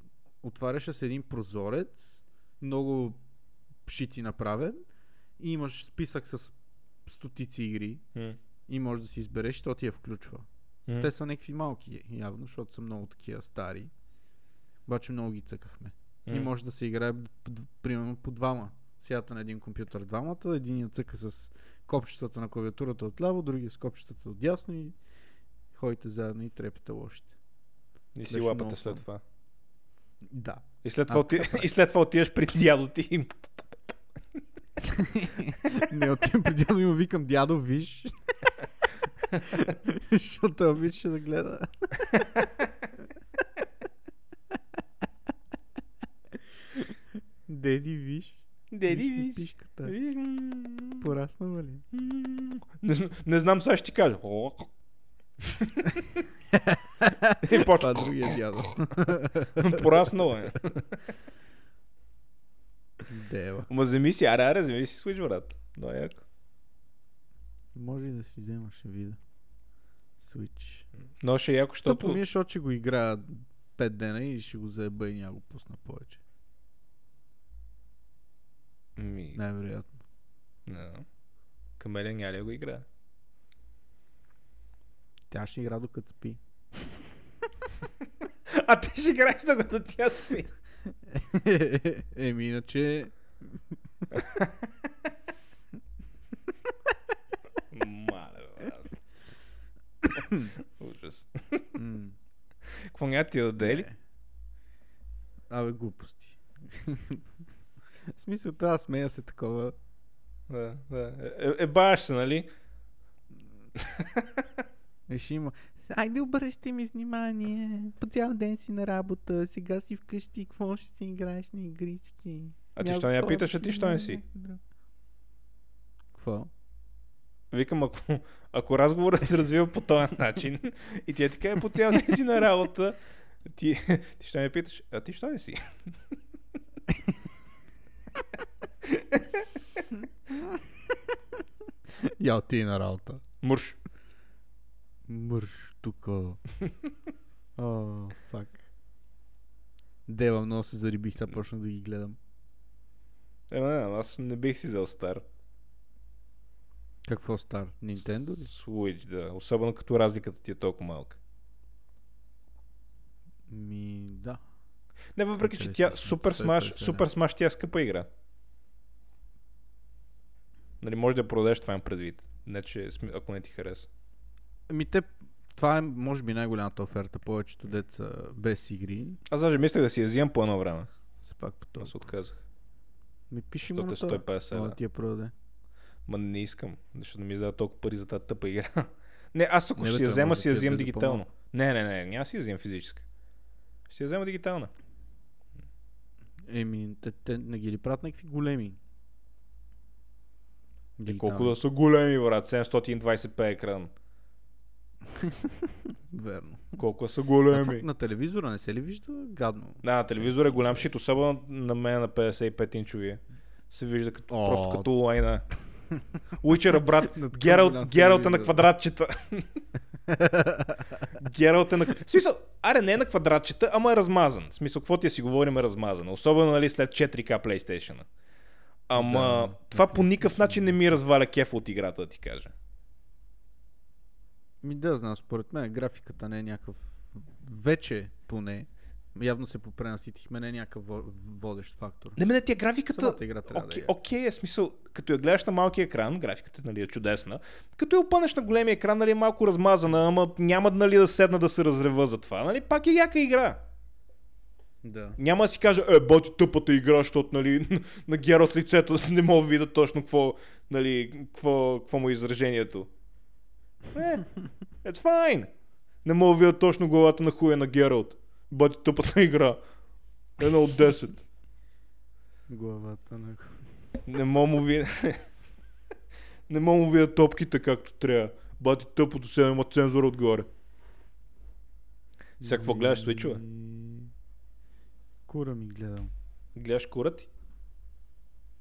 [SPEAKER 2] Отваряше се един прозорец, много шити направен и имаш списък с стотици игри
[SPEAKER 1] М,
[SPEAKER 2] и можеш да си избереш, то ти я включва.
[SPEAKER 1] м.
[SPEAKER 2] Те са някакви малки, явно, защото са много такива стари. Обаче много ги цъкахме. И
[SPEAKER 1] М.
[SPEAKER 2] може да се играе по д- примерно по двама. Сята на един компютър двамата, един я цъка с копчетата на клавиатурата отляво, другия с копчетата отдясно и ходите заедно и трепете лошите.
[SPEAKER 1] И си
[SPEAKER 2] Беше
[SPEAKER 1] лапата
[SPEAKER 2] много
[SPEAKER 1] след
[SPEAKER 2] хубаво.
[SPEAKER 1] това.
[SPEAKER 2] Да.
[SPEAKER 1] И след, това
[SPEAKER 2] Аз
[SPEAKER 1] оти... и след това отиваш при дядо ти. и-
[SPEAKER 2] Не отивам при дядо и му викам, дядо, виж. Защото той обича да гледа. Деди, виж.
[SPEAKER 1] Деди,
[SPEAKER 2] ми
[SPEAKER 1] виж.
[SPEAKER 2] Пишката. нали?
[SPEAKER 1] Виж, м,
[SPEAKER 2] Пораснала ли?
[SPEAKER 1] м. Не, зн- не знам, сега ще ти кажа. О. и
[SPEAKER 2] Това е
[SPEAKER 1] почва.
[SPEAKER 2] другия дядо.
[SPEAKER 1] Пораснала е.
[SPEAKER 2] Дева.
[SPEAKER 1] Ма вземи си, аре, аре, вземи си Switch, брат. Много яко.
[SPEAKER 2] Може и да си вземаш, ще видя. Switch.
[SPEAKER 1] Но ще е яко,
[SPEAKER 2] Тъпо
[SPEAKER 1] защото...
[SPEAKER 2] ми е, защото ще го играя 5 дена и ще го заеба и няма го пусна повече.
[SPEAKER 1] Ми,
[SPEAKER 2] Най-вероятно.
[SPEAKER 1] не. Камелия няма ли да го играе?
[SPEAKER 2] Тя ще игра докато спи.
[SPEAKER 1] А ти ще играеш докато тя спи.
[SPEAKER 2] Еми, иначе...
[SPEAKER 1] Мале, брат. Ужас.
[SPEAKER 2] м,
[SPEAKER 1] Какво няма ти да даде ли?
[SPEAKER 2] не. Абе, глупости. В смисъл, това смея се такова.
[SPEAKER 1] Да, да. Е, е, ебаш се, нали?
[SPEAKER 2] И Е, ще има. Айде обръщай ми внимание. По цял ден си на работа, сега си вкъщи, какво ще си играеш на игрички?
[SPEAKER 1] А ти
[SPEAKER 2] Няма
[SPEAKER 1] що не я
[SPEAKER 2] какво да
[SPEAKER 1] питаш, а ти що не си?
[SPEAKER 2] Какво?
[SPEAKER 1] Викам, ако, ако разговорът се развива по този начин и тя ти каже по цял ден си на работа, ти, ти ще ме питаш, а ти що не си?
[SPEAKER 2] Я ти на работа.
[SPEAKER 1] Мърш.
[SPEAKER 2] Мърш тук. О, фак. Дева, много се зарибих, сега почнах да ги гледам.
[SPEAKER 1] Ема Е, не, ама аз не бих си взел стар.
[SPEAKER 2] Какво стар? Nintendo ли?
[SPEAKER 1] Switch, да. Особено като разликата ти е толкова малка.
[SPEAKER 2] Ми, да.
[SPEAKER 1] Не, въпреки, че
[SPEAKER 2] Интересно
[SPEAKER 1] тя
[SPEAKER 2] съм.
[SPEAKER 1] Супер
[SPEAKER 2] 150,
[SPEAKER 1] Smash,
[SPEAKER 2] да.
[SPEAKER 1] Супер Smash тя е скъпа игра. Нали, може да я продадеш, това им предвид. Не, че сме- ако не ти хареса.
[SPEAKER 2] Ми те, това е, може би, най-голямата оферта. Повечето деца без игри.
[SPEAKER 1] Аз даже мислех да си я взимам по едно време.
[SPEAKER 2] Все пак по
[SPEAKER 1] Аз
[SPEAKER 2] този.
[SPEAKER 1] се отказах.
[SPEAKER 2] Ми пиши му
[SPEAKER 1] Защото
[SPEAKER 2] на
[SPEAKER 1] е
[SPEAKER 2] това.
[SPEAKER 1] 150
[SPEAKER 2] Мога
[SPEAKER 1] лева.
[SPEAKER 2] да ти я продаде.
[SPEAKER 1] Ма не искам, защото не ми издава толкова пари за тази тъпа игра. Не, аз ако
[SPEAKER 2] Не, бе,
[SPEAKER 1] ще я
[SPEAKER 2] той
[SPEAKER 1] взема,
[SPEAKER 2] може да
[SPEAKER 1] си я
[SPEAKER 2] ти я
[SPEAKER 1] взимам
[SPEAKER 2] даде за
[SPEAKER 1] дигитално. Не, не, не, няма си я взимам физическа. Ще я взема дигитална. Е,
[SPEAKER 2] Еми, те, те не ги ли правят някакви големи?
[SPEAKER 1] И Е, колко да са големи, брат, 725 екран.
[SPEAKER 2] Верно.
[SPEAKER 1] Колко са
[SPEAKER 2] А Е, това,
[SPEAKER 1] големи.
[SPEAKER 2] на телевизора не се ли вижда гадно?
[SPEAKER 1] Да, на телевизора е голям шит, особено на мен на 55 инчовия. Се вижда като,
[SPEAKER 2] О.
[SPEAKER 1] просто като лайна. Уичера, брат,
[SPEAKER 2] На такъв
[SPEAKER 1] Гералт,
[SPEAKER 2] голям
[SPEAKER 1] Гералт е на
[SPEAKER 2] телевизор.
[SPEAKER 1] квадратчета. Гералт е на... В смисъл, аре не е на квадратчета, ама е размазан. В смисъл, какво ти си говорим е размазан. Особено нали, след 4K PlayStation. Ама
[SPEAKER 2] Да,
[SPEAKER 1] това по никакъв начин не ми разваля кефа от играта, да ти кажа.
[SPEAKER 2] Ми да, знам, според мен графиката не е някакъв... Вече поне. Явно се попренаситихме, не е някакъв во- водещ фактор.
[SPEAKER 1] Не, не, тя графиката...
[SPEAKER 2] Самата игра трябва да
[SPEAKER 1] Окей,
[SPEAKER 2] е.
[SPEAKER 1] окей, е смисъл, като я гледаш на малкия екран, графиката нали, е чудесна, като я опънеш на големия екран, нали, е малко размазана, ама няма нали, да седна да се разрева за това, нали, пак е яка игра.
[SPEAKER 2] Да.
[SPEAKER 1] Няма да си кажа, е, бати тъпата игра, защото нали, на Герот лицето не мога да видя точно какво, нали, какво, какво му е изражението. Е, it's fine. Не мога да видя точно главата на хуя на Гералт. Бати тъпата игра. Едно от 10.
[SPEAKER 2] Главата на...
[SPEAKER 1] Не мога му видя... не мога му видя топките както трябва. Бати тъпото се има цензура отгоре. Сега какво гледаш, Switch-ове?
[SPEAKER 2] Ми- Кура ми гледам.
[SPEAKER 1] Гледаш кура ти?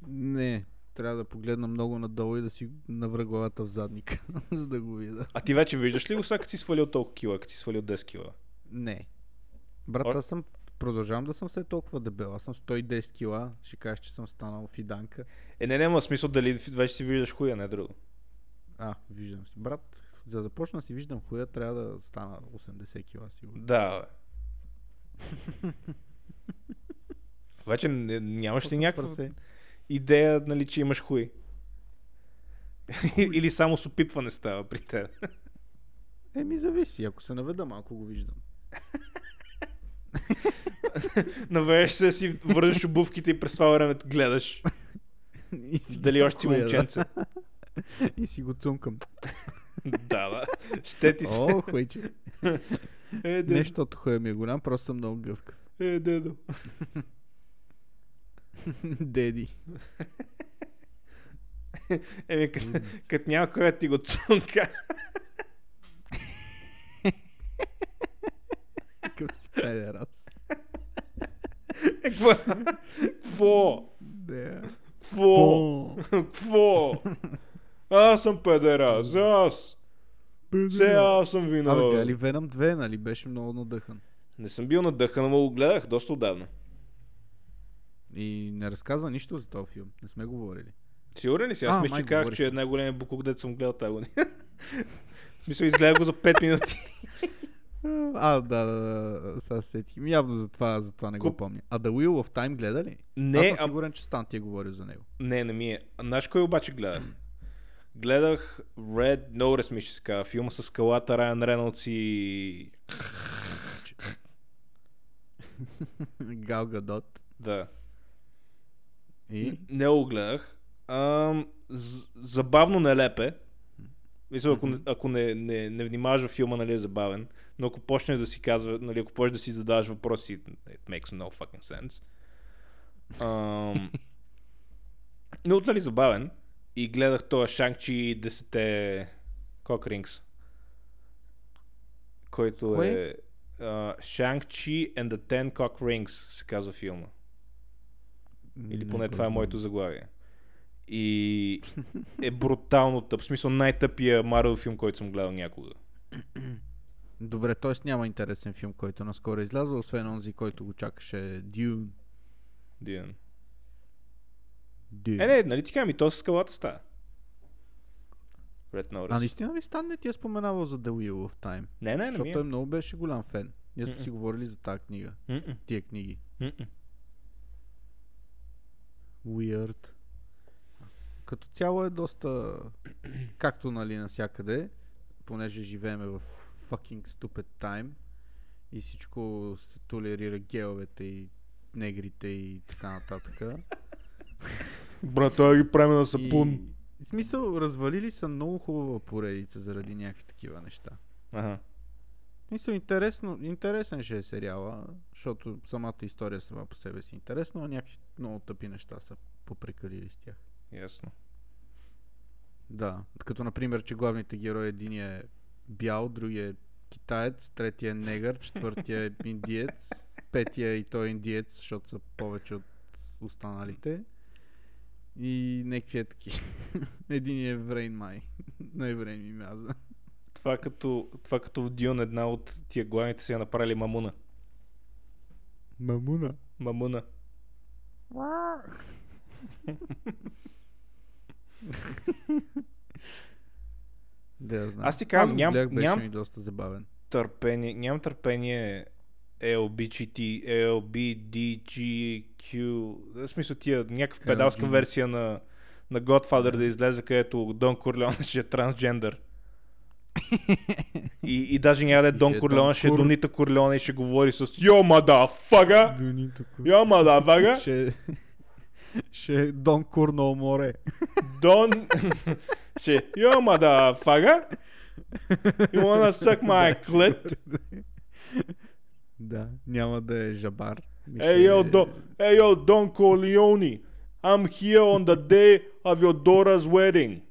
[SPEAKER 2] Не, трябва да погледна много надолу и да си навра главата в задника, за да го видя.
[SPEAKER 1] А ти вече виждаш ли го сега, като си свалил толкова кила, като си свалил 10 кила?
[SPEAKER 2] Не. Брат,
[SPEAKER 1] Ор-
[SPEAKER 2] аз съм продължавам да съм все толкова дебел. Аз съм 110 кила. Ще кажеш, че съм станал фиданка.
[SPEAKER 1] Е, не, няма смисъл дали вече си виждаш хуя, не друго.
[SPEAKER 2] А, виждам си. Брат, за да почна да си виждам хуя, трябва да стана 80 кила сигурно.
[SPEAKER 1] Да, бе. Вече не- нямаш ли
[SPEAKER 2] Просто
[SPEAKER 1] някаква
[SPEAKER 2] прасе.
[SPEAKER 1] идея, нали, че имаш хуй? Или само с опитване става при теб?
[SPEAKER 2] Еми, зависи. Ако се наведа малко, го виждам.
[SPEAKER 1] Навееш се, си вържеш обувките и през това време гледаш
[SPEAKER 2] И си
[SPEAKER 1] дали
[SPEAKER 2] го
[SPEAKER 1] още си
[SPEAKER 2] хуя, да.
[SPEAKER 1] момченце.
[SPEAKER 2] И си го цункам.
[SPEAKER 1] Да, да. Ще ти се.
[SPEAKER 2] О, хуйче.
[SPEAKER 1] Е,
[SPEAKER 2] Не,
[SPEAKER 1] дедо.
[SPEAKER 2] защото хуя ми е голям, просто съм много гъвкав.
[SPEAKER 1] Е, дедо.
[SPEAKER 2] Деди.
[SPEAKER 1] Еми, кът- кът няма кой да ти го цунка.
[SPEAKER 2] Какъв си педерас.
[SPEAKER 1] Е, какво? Кво?
[SPEAKER 2] Да.
[SPEAKER 1] Кво? Кво? Аз съм педерас. Аз. Все аз съм
[SPEAKER 2] Абе,
[SPEAKER 1] виновен.
[SPEAKER 2] гледа ли Веном 2, нали? Беше много надъхан.
[SPEAKER 1] Не съм бил надъхан, но го гледах доста отдавна.
[SPEAKER 2] И не разказа нищо за този филм. Не сме говорили.
[SPEAKER 1] Сигурен ли си? Аз
[SPEAKER 2] А,
[SPEAKER 1] мисля,
[SPEAKER 2] май
[SPEAKER 1] че казах,
[SPEAKER 2] говорих.
[SPEAKER 1] че е най-големият буклук, дето съм гледал тази година. В Смисъл, изгледах го за 5 минути.
[SPEAKER 2] А, да, да, да, да, сега се сетих. Явно за това, за това не го
[SPEAKER 1] Куп-
[SPEAKER 2] помня. А The Wheel of Time гледа ли? Аз
[SPEAKER 1] Не,
[SPEAKER 2] съм
[SPEAKER 1] а
[SPEAKER 2] сигурен, че Стан ти е говорил за него.
[SPEAKER 1] Не, не ми е. А Знаеш кой обаче гледах? Гледах Red Notice, ми ще се казва. Филма с скалата, Райан Рейнолдс и...
[SPEAKER 2] Гал Гадот.
[SPEAKER 1] Да.
[SPEAKER 2] И?
[SPEAKER 1] Не го гледах. Ам, з- забавно нелепе. Мисля, ако, не- ако не, не, не внимаваш в филма, нали е забавен. Но ако почнеш да си казва, нали, ако почнеш да си задаваш въпроси, it makes no fucking sense. Ам, но, нали, забавен. И гледах това Шанкчи и 10-те Кок Рингс. Който
[SPEAKER 2] Кой?
[SPEAKER 1] е... Шанкчи and the Ten Cock Rings се казва филма. Или
[SPEAKER 2] Не
[SPEAKER 1] поне
[SPEAKER 2] го
[SPEAKER 1] това е
[SPEAKER 2] знам.
[SPEAKER 1] моето заглавие. И е брутално тъп. В смисъл най-тъпия Марвел филм, който съм гледал някога.
[SPEAKER 2] Добре, т.е. няма интересен филм, който наскоро е излязъл, освен онзи, който го чакаше Dune.
[SPEAKER 1] Дин.
[SPEAKER 2] Dune.
[SPEAKER 1] Е, не, нали ти кажа, ми то с скалата става. Red Notice.
[SPEAKER 2] а наистина ли Стан не ти е споменавал за The Wheel of Time?
[SPEAKER 1] не, не, не
[SPEAKER 2] Защото е-
[SPEAKER 1] ми е.
[SPEAKER 2] той много беше голям фен. Ние сме
[SPEAKER 1] Мгм.
[SPEAKER 2] си говорили за тази книга,
[SPEAKER 1] М-м,
[SPEAKER 2] тия книги.
[SPEAKER 1] м-м.
[SPEAKER 2] Weird. Като цяло е доста, както нали насякъде, понеже живееме в fucking stupid time и всичко се толерира геовете и негрите и така нататък.
[SPEAKER 1] Брат,
[SPEAKER 2] е
[SPEAKER 1] той ги правим на сапун.
[SPEAKER 2] И... В смисъл, развалили са много хубава поредица заради някакви такива неща.
[SPEAKER 1] Ага.
[SPEAKER 2] В смисъл, интересно, интересен ще е сериала, защото самата история сама по себе си е интересна, а някакви много тъпи неща са попрекалили с тях.
[SPEAKER 1] Ясно.
[SPEAKER 2] Да, като например, че главните герои един е бял, другия е китаец, третия е негър, четвъртия е индиец, петия и той е индиец, защото са повече от останалите. И някакви е таки. един е еврейн май. На еврейн ми мяза.
[SPEAKER 1] Това като, това като в Дион една от тия главните си я направили мамуна.
[SPEAKER 2] Мамуна.
[SPEAKER 1] Мамуна.
[SPEAKER 2] Да, я знам.
[SPEAKER 1] Аз ти казвам,
[SPEAKER 2] го
[SPEAKER 1] ням-
[SPEAKER 2] гледах, беше
[SPEAKER 1] ням-
[SPEAKER 2] ми доста забавен.
[SPEAKER 1] търпение, нямам търпение е LGBT, LBDGQ, в смисъл тия някаква педалска
[SPEAKER 2] LGBT.
[SPEAKER 1] версия на, на Godfather да излезе, където Дон Корлеон ще е трансджендър. и, и даже няма да е
[SPEAKER 2] И
[SPEAKER 1] Дон
[SPEAKER 2] ще е
[SPEAKER 1] Корлеон,
[SPEAKER 2] Дон
[SPEAKER 1] ще е
[SPEAKER 2] Кур.
[SPEAKER 1] Донита Корлеон и ще говори с Йо мадафага! Йо мадафага!
[SPEAKER 2] Ще... Ще е Дон Курно море.
[SPEAKER 1] Дон... ще е, Йо мадафага! You wanna suck my clit?
[SPEAKER 2] Да, няма да е жабар. Ми ще
[SPEAKER 1] Ей, йо,
[SPEAKER 2] е-
[SPEAKER 1] до, ей, йо, Дон Корлеоне, I'm here on the day of your daughter's wedding.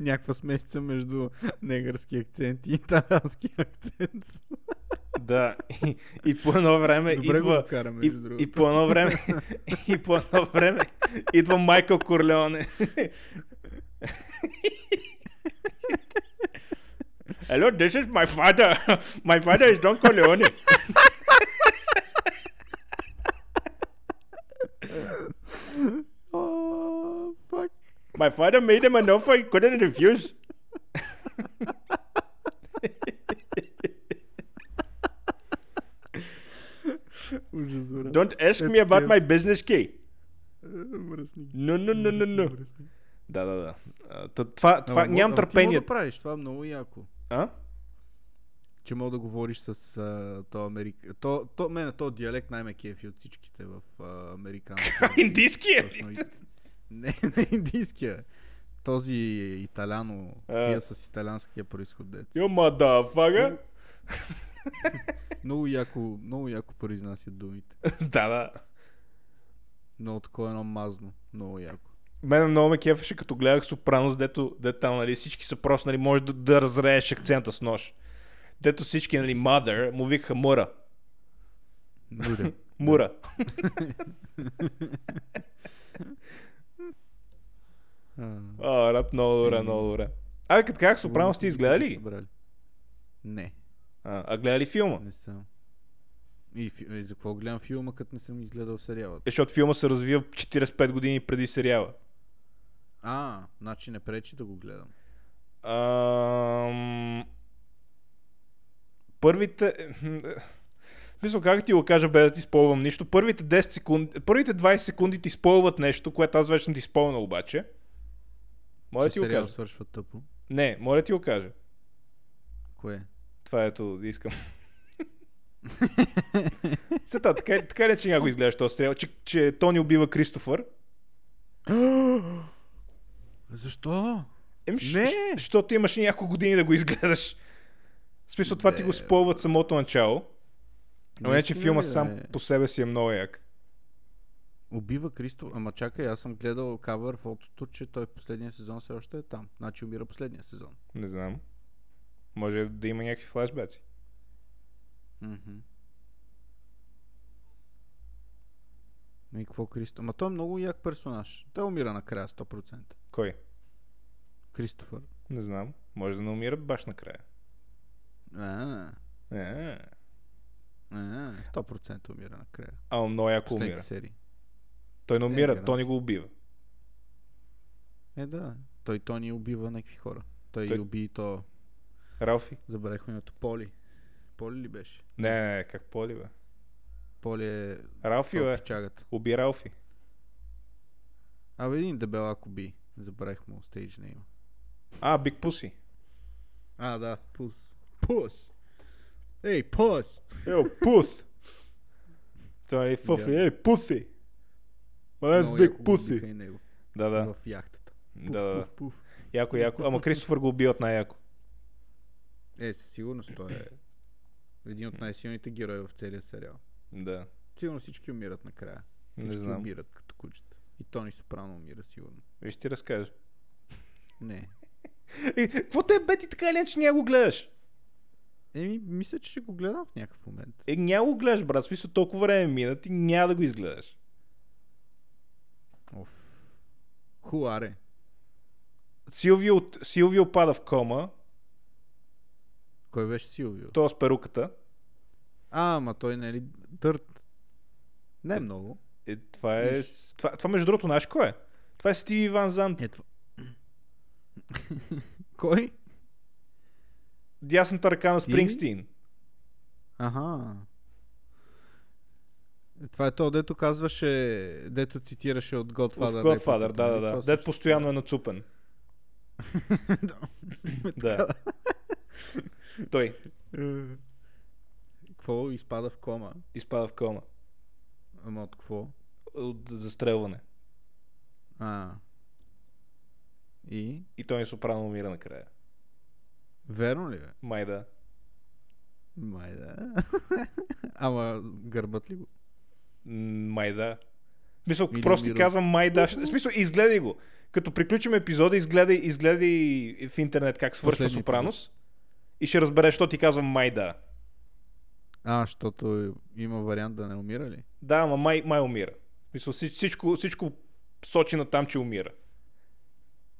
[SPEAKER 2] Някаква смесица между негърски акцент и италиански акцент.
[SPEAKER 1] Да. И, и по едно време
[SPEAKER 2] Добре
[SPEAKER 1] Е, идва...
[SPEAKER 2] го караме,
[SPEAKER 1] И,
[SPEAKER 2] между другото.
[SPEAKER 1] и по едно време, и по едно време идва Майкъл Корлеоне. Hello, this is my father. My father is Don Corleone.
[SPEAKER 2] О, пак.
[SPEAKER 1] My father made him an offer he couldn't refuse.
[SPEAKER 2] Ужас, брат.
[SPEAKER 1] Don't ask me about my business key.
[SPEAKER 2] Е, Мръсни ги.
[SPEAKER 1] No, no, no, no, no.
[SPEAKER 2] Мръсни.
[SPEAKER 1] Да, да, да. А, та- Това, това
[SPEAKER 2] Ама,
[SPEAKER 1] нямам
[SPEAKER 2] ама ти мога
[SPEAKER 1] търпение.
[SPEAKER 2] да правиш, това е много яко.
[SPEAKER 1] А?
[SPEAKER 2] Че мога да говориш с а, то Америка... То, то, мене, то диалект най-ме кефи от всичките в а, американските.
[SPEAKER 1] Индийския?
[SPEAKER 2] Точно и- Нали? Не, не индийския. бе. Този италяно,
[SPEAKER 1] А.
[SPEAKER 2] тия с италянския происход дец.
[SPEAKER 1] Yo, motherfucker.
[SPEAKER 2] Много яко, много яко произнасят думите.
[SPEAKER 1] да, да.
[SPEAKER 2] Много такова едно мазно. Много яко.
[SPEAKER 1] Мене много ме кефеше, като гледах Сопранос, дето, дето там, нали, всички са просто, нали, може да, да разрееш акцента с нож. Дето всички, нали, mother, му викаха мура.
[SPEAKER 2] Мура.
[SPEAKER 1] Мура.
[SPEAKER 2] А.
[SPEAKER 1] А, рап, много добре, много добре. Абе, като казах Сопранос, ти изгледа ли? ги?
[SPEAKER 2] Събрали. Не,
[SPEAKER 1] А, а гледа ли филма? Е,
[SPEAKER 2] не съм. И, фи- и за какво гледам филма, като не съм изгледал сериала?
[SPEAKER 1] Е, Защото филма се развива 45 години преди сериала.
[SPEAKER 2] А, значи не пречи да го гледам.
[SPEAKER 1] Ам... Първите... Мисля, как ти го кажа без да ти спойвам нищо. Първите, 10 секунди... Първите 20 секунди ти спойват нещо, което аз вече съм ти спомнил обаче. Моля
[SPEAKER 2] че
[SPEAKER 1] ти го
[SPEAKER 2] сериал
[SPEAKER 1] кажа.
[SPEAKER 2] свършва тъпо.
[SPEAKER 1] Не, моля ти го кажа.
[SPEAKER 2] Кое?
[SPEAKER 1] Това е ето искам. Сета, така, така ли, е, че някой изглежда този сериал? Че, че Тони убива Кристофър?
[SPEAKER 2] Защо?
[SPEAKER 1] Ем, щ-
[SPEAKER 2] Не.
[SPEAKER 1] щ- Защото имаш няколко години да го изгледаш. В смисъл, това ти го
[SPEAKER 2] Не,
[SPEAKER 1] спойват самото начало. Но не, че
[SPEAKER 2] Наистина ли,
[SPEAKER 1] филма
[SPEAKER 2] бе?
[SPEAKER 1] сам по себе си е много як.
[SPEAKER 2] Убива Кристо. Ама чакай, аз съм гледал кавър фотото, че той последния сезон все още е там. Значи умира последния сезон.
[SPEAKER 1] Не знам. Може да има някакви флашбеци.
[SPEAKER 2] Мгм. И какво Кристо? Ма той е много як персонаж. Той умира накрая 100%.
[SPEAKER 1] Кой?
[SPEAKER 2] Кристофър.
[SPEAKER 1] Не знам. Може да не умира баш накрая.
[SPEAKER 2] А,
[SPEAKER 1] Е,
[SPEAKER 2] а, 100% умира накрая.
[SPEAKER 1] Ама много яко
[SPEAKER 2] Последните
[SPEAKER 1] умира.
[SPEAKER 2] серии.
[SPEAKER 1] Той не умира,
[SPEAKER 2] гаранция.
[SPEAKER 1] то ни го убива.
[SPEAKER 2] Е, да. Той, той ни убива някакви хора. Той,
[SPEAKER 1] Той-
[SPEAKER 2] той... уби и то.
[SPEAKER 1] Ралфи?
[SPEAKER 2] Забравихме името. Поли. Поли ли беше?
[SPEAKER 1] Не, не, не, как поли, бе.
[SPEAKER 2] Поли е...
[SPEAKER 1] Ралфи,
[SPEAKER 2] Фил е.
[SPEAKER 1] бе. Уби Ралфи.
[SPEAKER 2] Абе един дебелак уби. Забравих му стейдж нейма.
[SPEAKER 1] А, Биг Пуси.
[SPEAKER 2] А, да. Пус. Пус. Ей, пус!
[SPEAKER 1] Йо, пус! Той е фъфли.
[SPEAKER 2] Да.
[SPEAKER 1] Ей, пуси! Ма
[SPEAKER 2] Много яко
[SPEAKER 1] Биг
[SPEAKER 2] го
[SPEAKER 1] е Пуси!
[SPEAKER 2] убиха и него
[SPEAKER 1] Да, да.
[SPEAKER 2] В яхтата. Пуф,
[SPEAKER 1] Да, да.
[SPEAKER 2] пуф, пуф.
[SPEAKER 1] Яко, яко. Ама Кристофър го убиват най-яко.
[SPEAKER 2] Е, със сигурност той е един от най-силните герои в целия сериал.
[SPEAKER 1] Да.
[SPEAKER 2] Сигурно всички умират накрая.
[SPEAKER 1] Не
[SPEAKER 2] Всички
[SPEAKER 1] знам.
[SPEAKER 2] умират като кучета. И Тони Сопрано умира сигурно.
[SPEAKER 1] Виж ти разкажа.
[SPEAKER 2] Не.
[SPEAKER 1] Е, какво те бе ти така или че няма го гледаш?
[SPEAKER 2] Еми, мисля, че ще го гледам в някакъв момент.
[SPEAKER 1] Е, няма го гледаш, брат. В Смисъл, толкова време мина, ти няма да го изгледаш.
[SPEAKER 2] Оф. Хуаре.
[SPEAKER 1] Силвио, от- Силвио пада в кома,
[SPEAKER 2] Кой беше Силвио?
[SPEAKER 1] то с перуката.
[SPEAKER 2] А, ма той нали дърт. Не е много.
[SPEAKER 1] Е, това е...
[SPEAKER 2] Виж.
[SPEAKER 1] с- Това, това между другото, знаеш кой е? Това е Стиви Ван Зант.
[SPEAKER 2] Е, това... Кой?
[SPEAKER 1] Дясната ръка на
[SPEAKER 2] Стиви?
[SPEAKER 1] Спрингстин.
[SPEAKER 2] Аха. Това е то, дето казваше, дето цитираше от
[SPEAKER 1] От
[SPEAKER 2] Godfather.
[SPEAKER 1] Godfather,
[SPEAKER 2] репликата,
[SPEAKER 1] да, да,
[SPEAKER 2] нали?
[SPEAKER 1] да.
[SPEAKER 2] То
[SPEAKER 1] Дед
[SPEAKER 2] също.
[SPEAKER 1] постоянно е нацупен. да. Той
[SPEAKER 2] Е. Какво изпада в кома?
[SPEAKER 1] изпада в кома.
[SPEAKER 2] Ама от какво?
[SPEAKER 1] От застрелване.
[SPEAKER 2] А. И?
[SPEAKER 1] И той не сопрано умира накрая.
[SPEAKER 2] Верно ли бе?
[SPEAKER 1] Май да.
[SPEAKER 2] Май да. Ама гърбат ли го?
[SPEAKER 1] М, Май да. Мисъл,
[SPEAKER 2] Или
[SPEAKER 1] просто ти
[SPEAKER 2] умира.
[SPEAKER 1] казвам май да. В смисъл, изгледай го. Като приключим епизода, изгледай, изгледай в интернет как свършва
[SPEAKER 2] Последния
[SPEAKER 1] Сопранос. И ще разбереш, що ти казвам май да.
[SPEAKER 2] А, защото има вариант да не умира ли?
[SPEAKER 1] Да, ама май, май умира. Мисля, всичко, всичко сочи на там, че умира.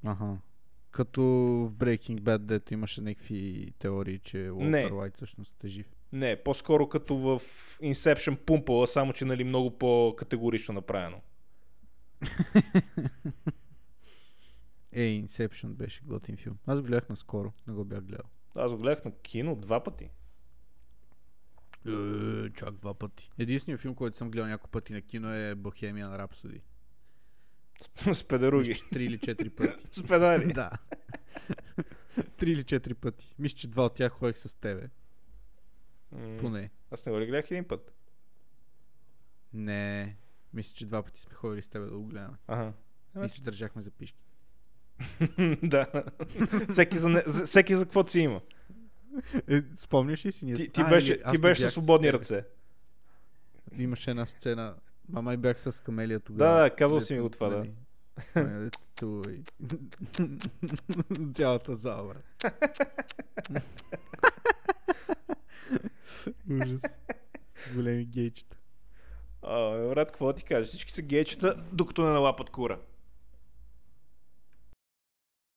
[SPEAKER 2] Аха. Като в Breaking Bad, дето имаше някакви теории, че Уолтер
[SPEAKER 1] Не.
[SPEAKER 2] Уайт всъщност е жив.
[SPEAKER 1] Не, по-скоро като в Inception пумпала, само че нали много по-категорично направено.
[SPEAKER 2] Е, Inception беше готин филм. Аз го гледах наскоро, не го бях гледал.
[SPEAKER 1] Аз го гледах на кино два пъти.
[SPEAKER 2] Е, чак два пъти. Единственият филм, който съм гледал няколко пъти на кино е Bohemian Rhapsody.
[SPEAKER 1] С педеруги.
[SPEAKER 2] Мисля, че три или четири пъти.
[SPEAKER 1] С педали.
[SPEAKER 2] да. три или четири пъти. Мисля, че два от тях ходих с тебе.
[SPEAKER 1] М,
[SPEAKER 2] Поне.
[SPEAKER 1] Аз не го ли гледах един път.
[SPEAKER 2] Не. Мисля, че два пъти сме ходили с тебе да го гледаме.
[SPEAKER 1] Ага.
[SPEAKER 2] И се държахме за пишки.
[SPEAKER 1] да. всеки, за, не- за, всеки за какво си има.
[SPEAKER 2] Е, спомняш ли си? Ние...
[SPEAKER 1] Ти, ти
[SPEAKER 2] А,
[SPEAKER 1] беше,
[SPEAKER 2] или аз
[SPEAKER 1] ти
[SPEAKER 2] не
[SPEAKER 1] беше
[SPEAKER 2] бях
[SPEAKER 1] със свободни
[SPEAKER 2] тебе.
[SPEAKER 1] ръце.
[SPEAKER 2] Имаше една сцена. Мама и бях с камелия тогава.
[SPEAKER 1] Да, да, казвал
[SPEAKER 2] където,
[SPEAKER 1] Е, си ми го това, да.
[SPEAKER 2] нали, поне да те Целува и... Цялата зала, брат. Ужас. Големи гейчета.
[SPEAKER 1] А, брат, какво да ти кажа? Всички са гейчета, докато не налапат кура.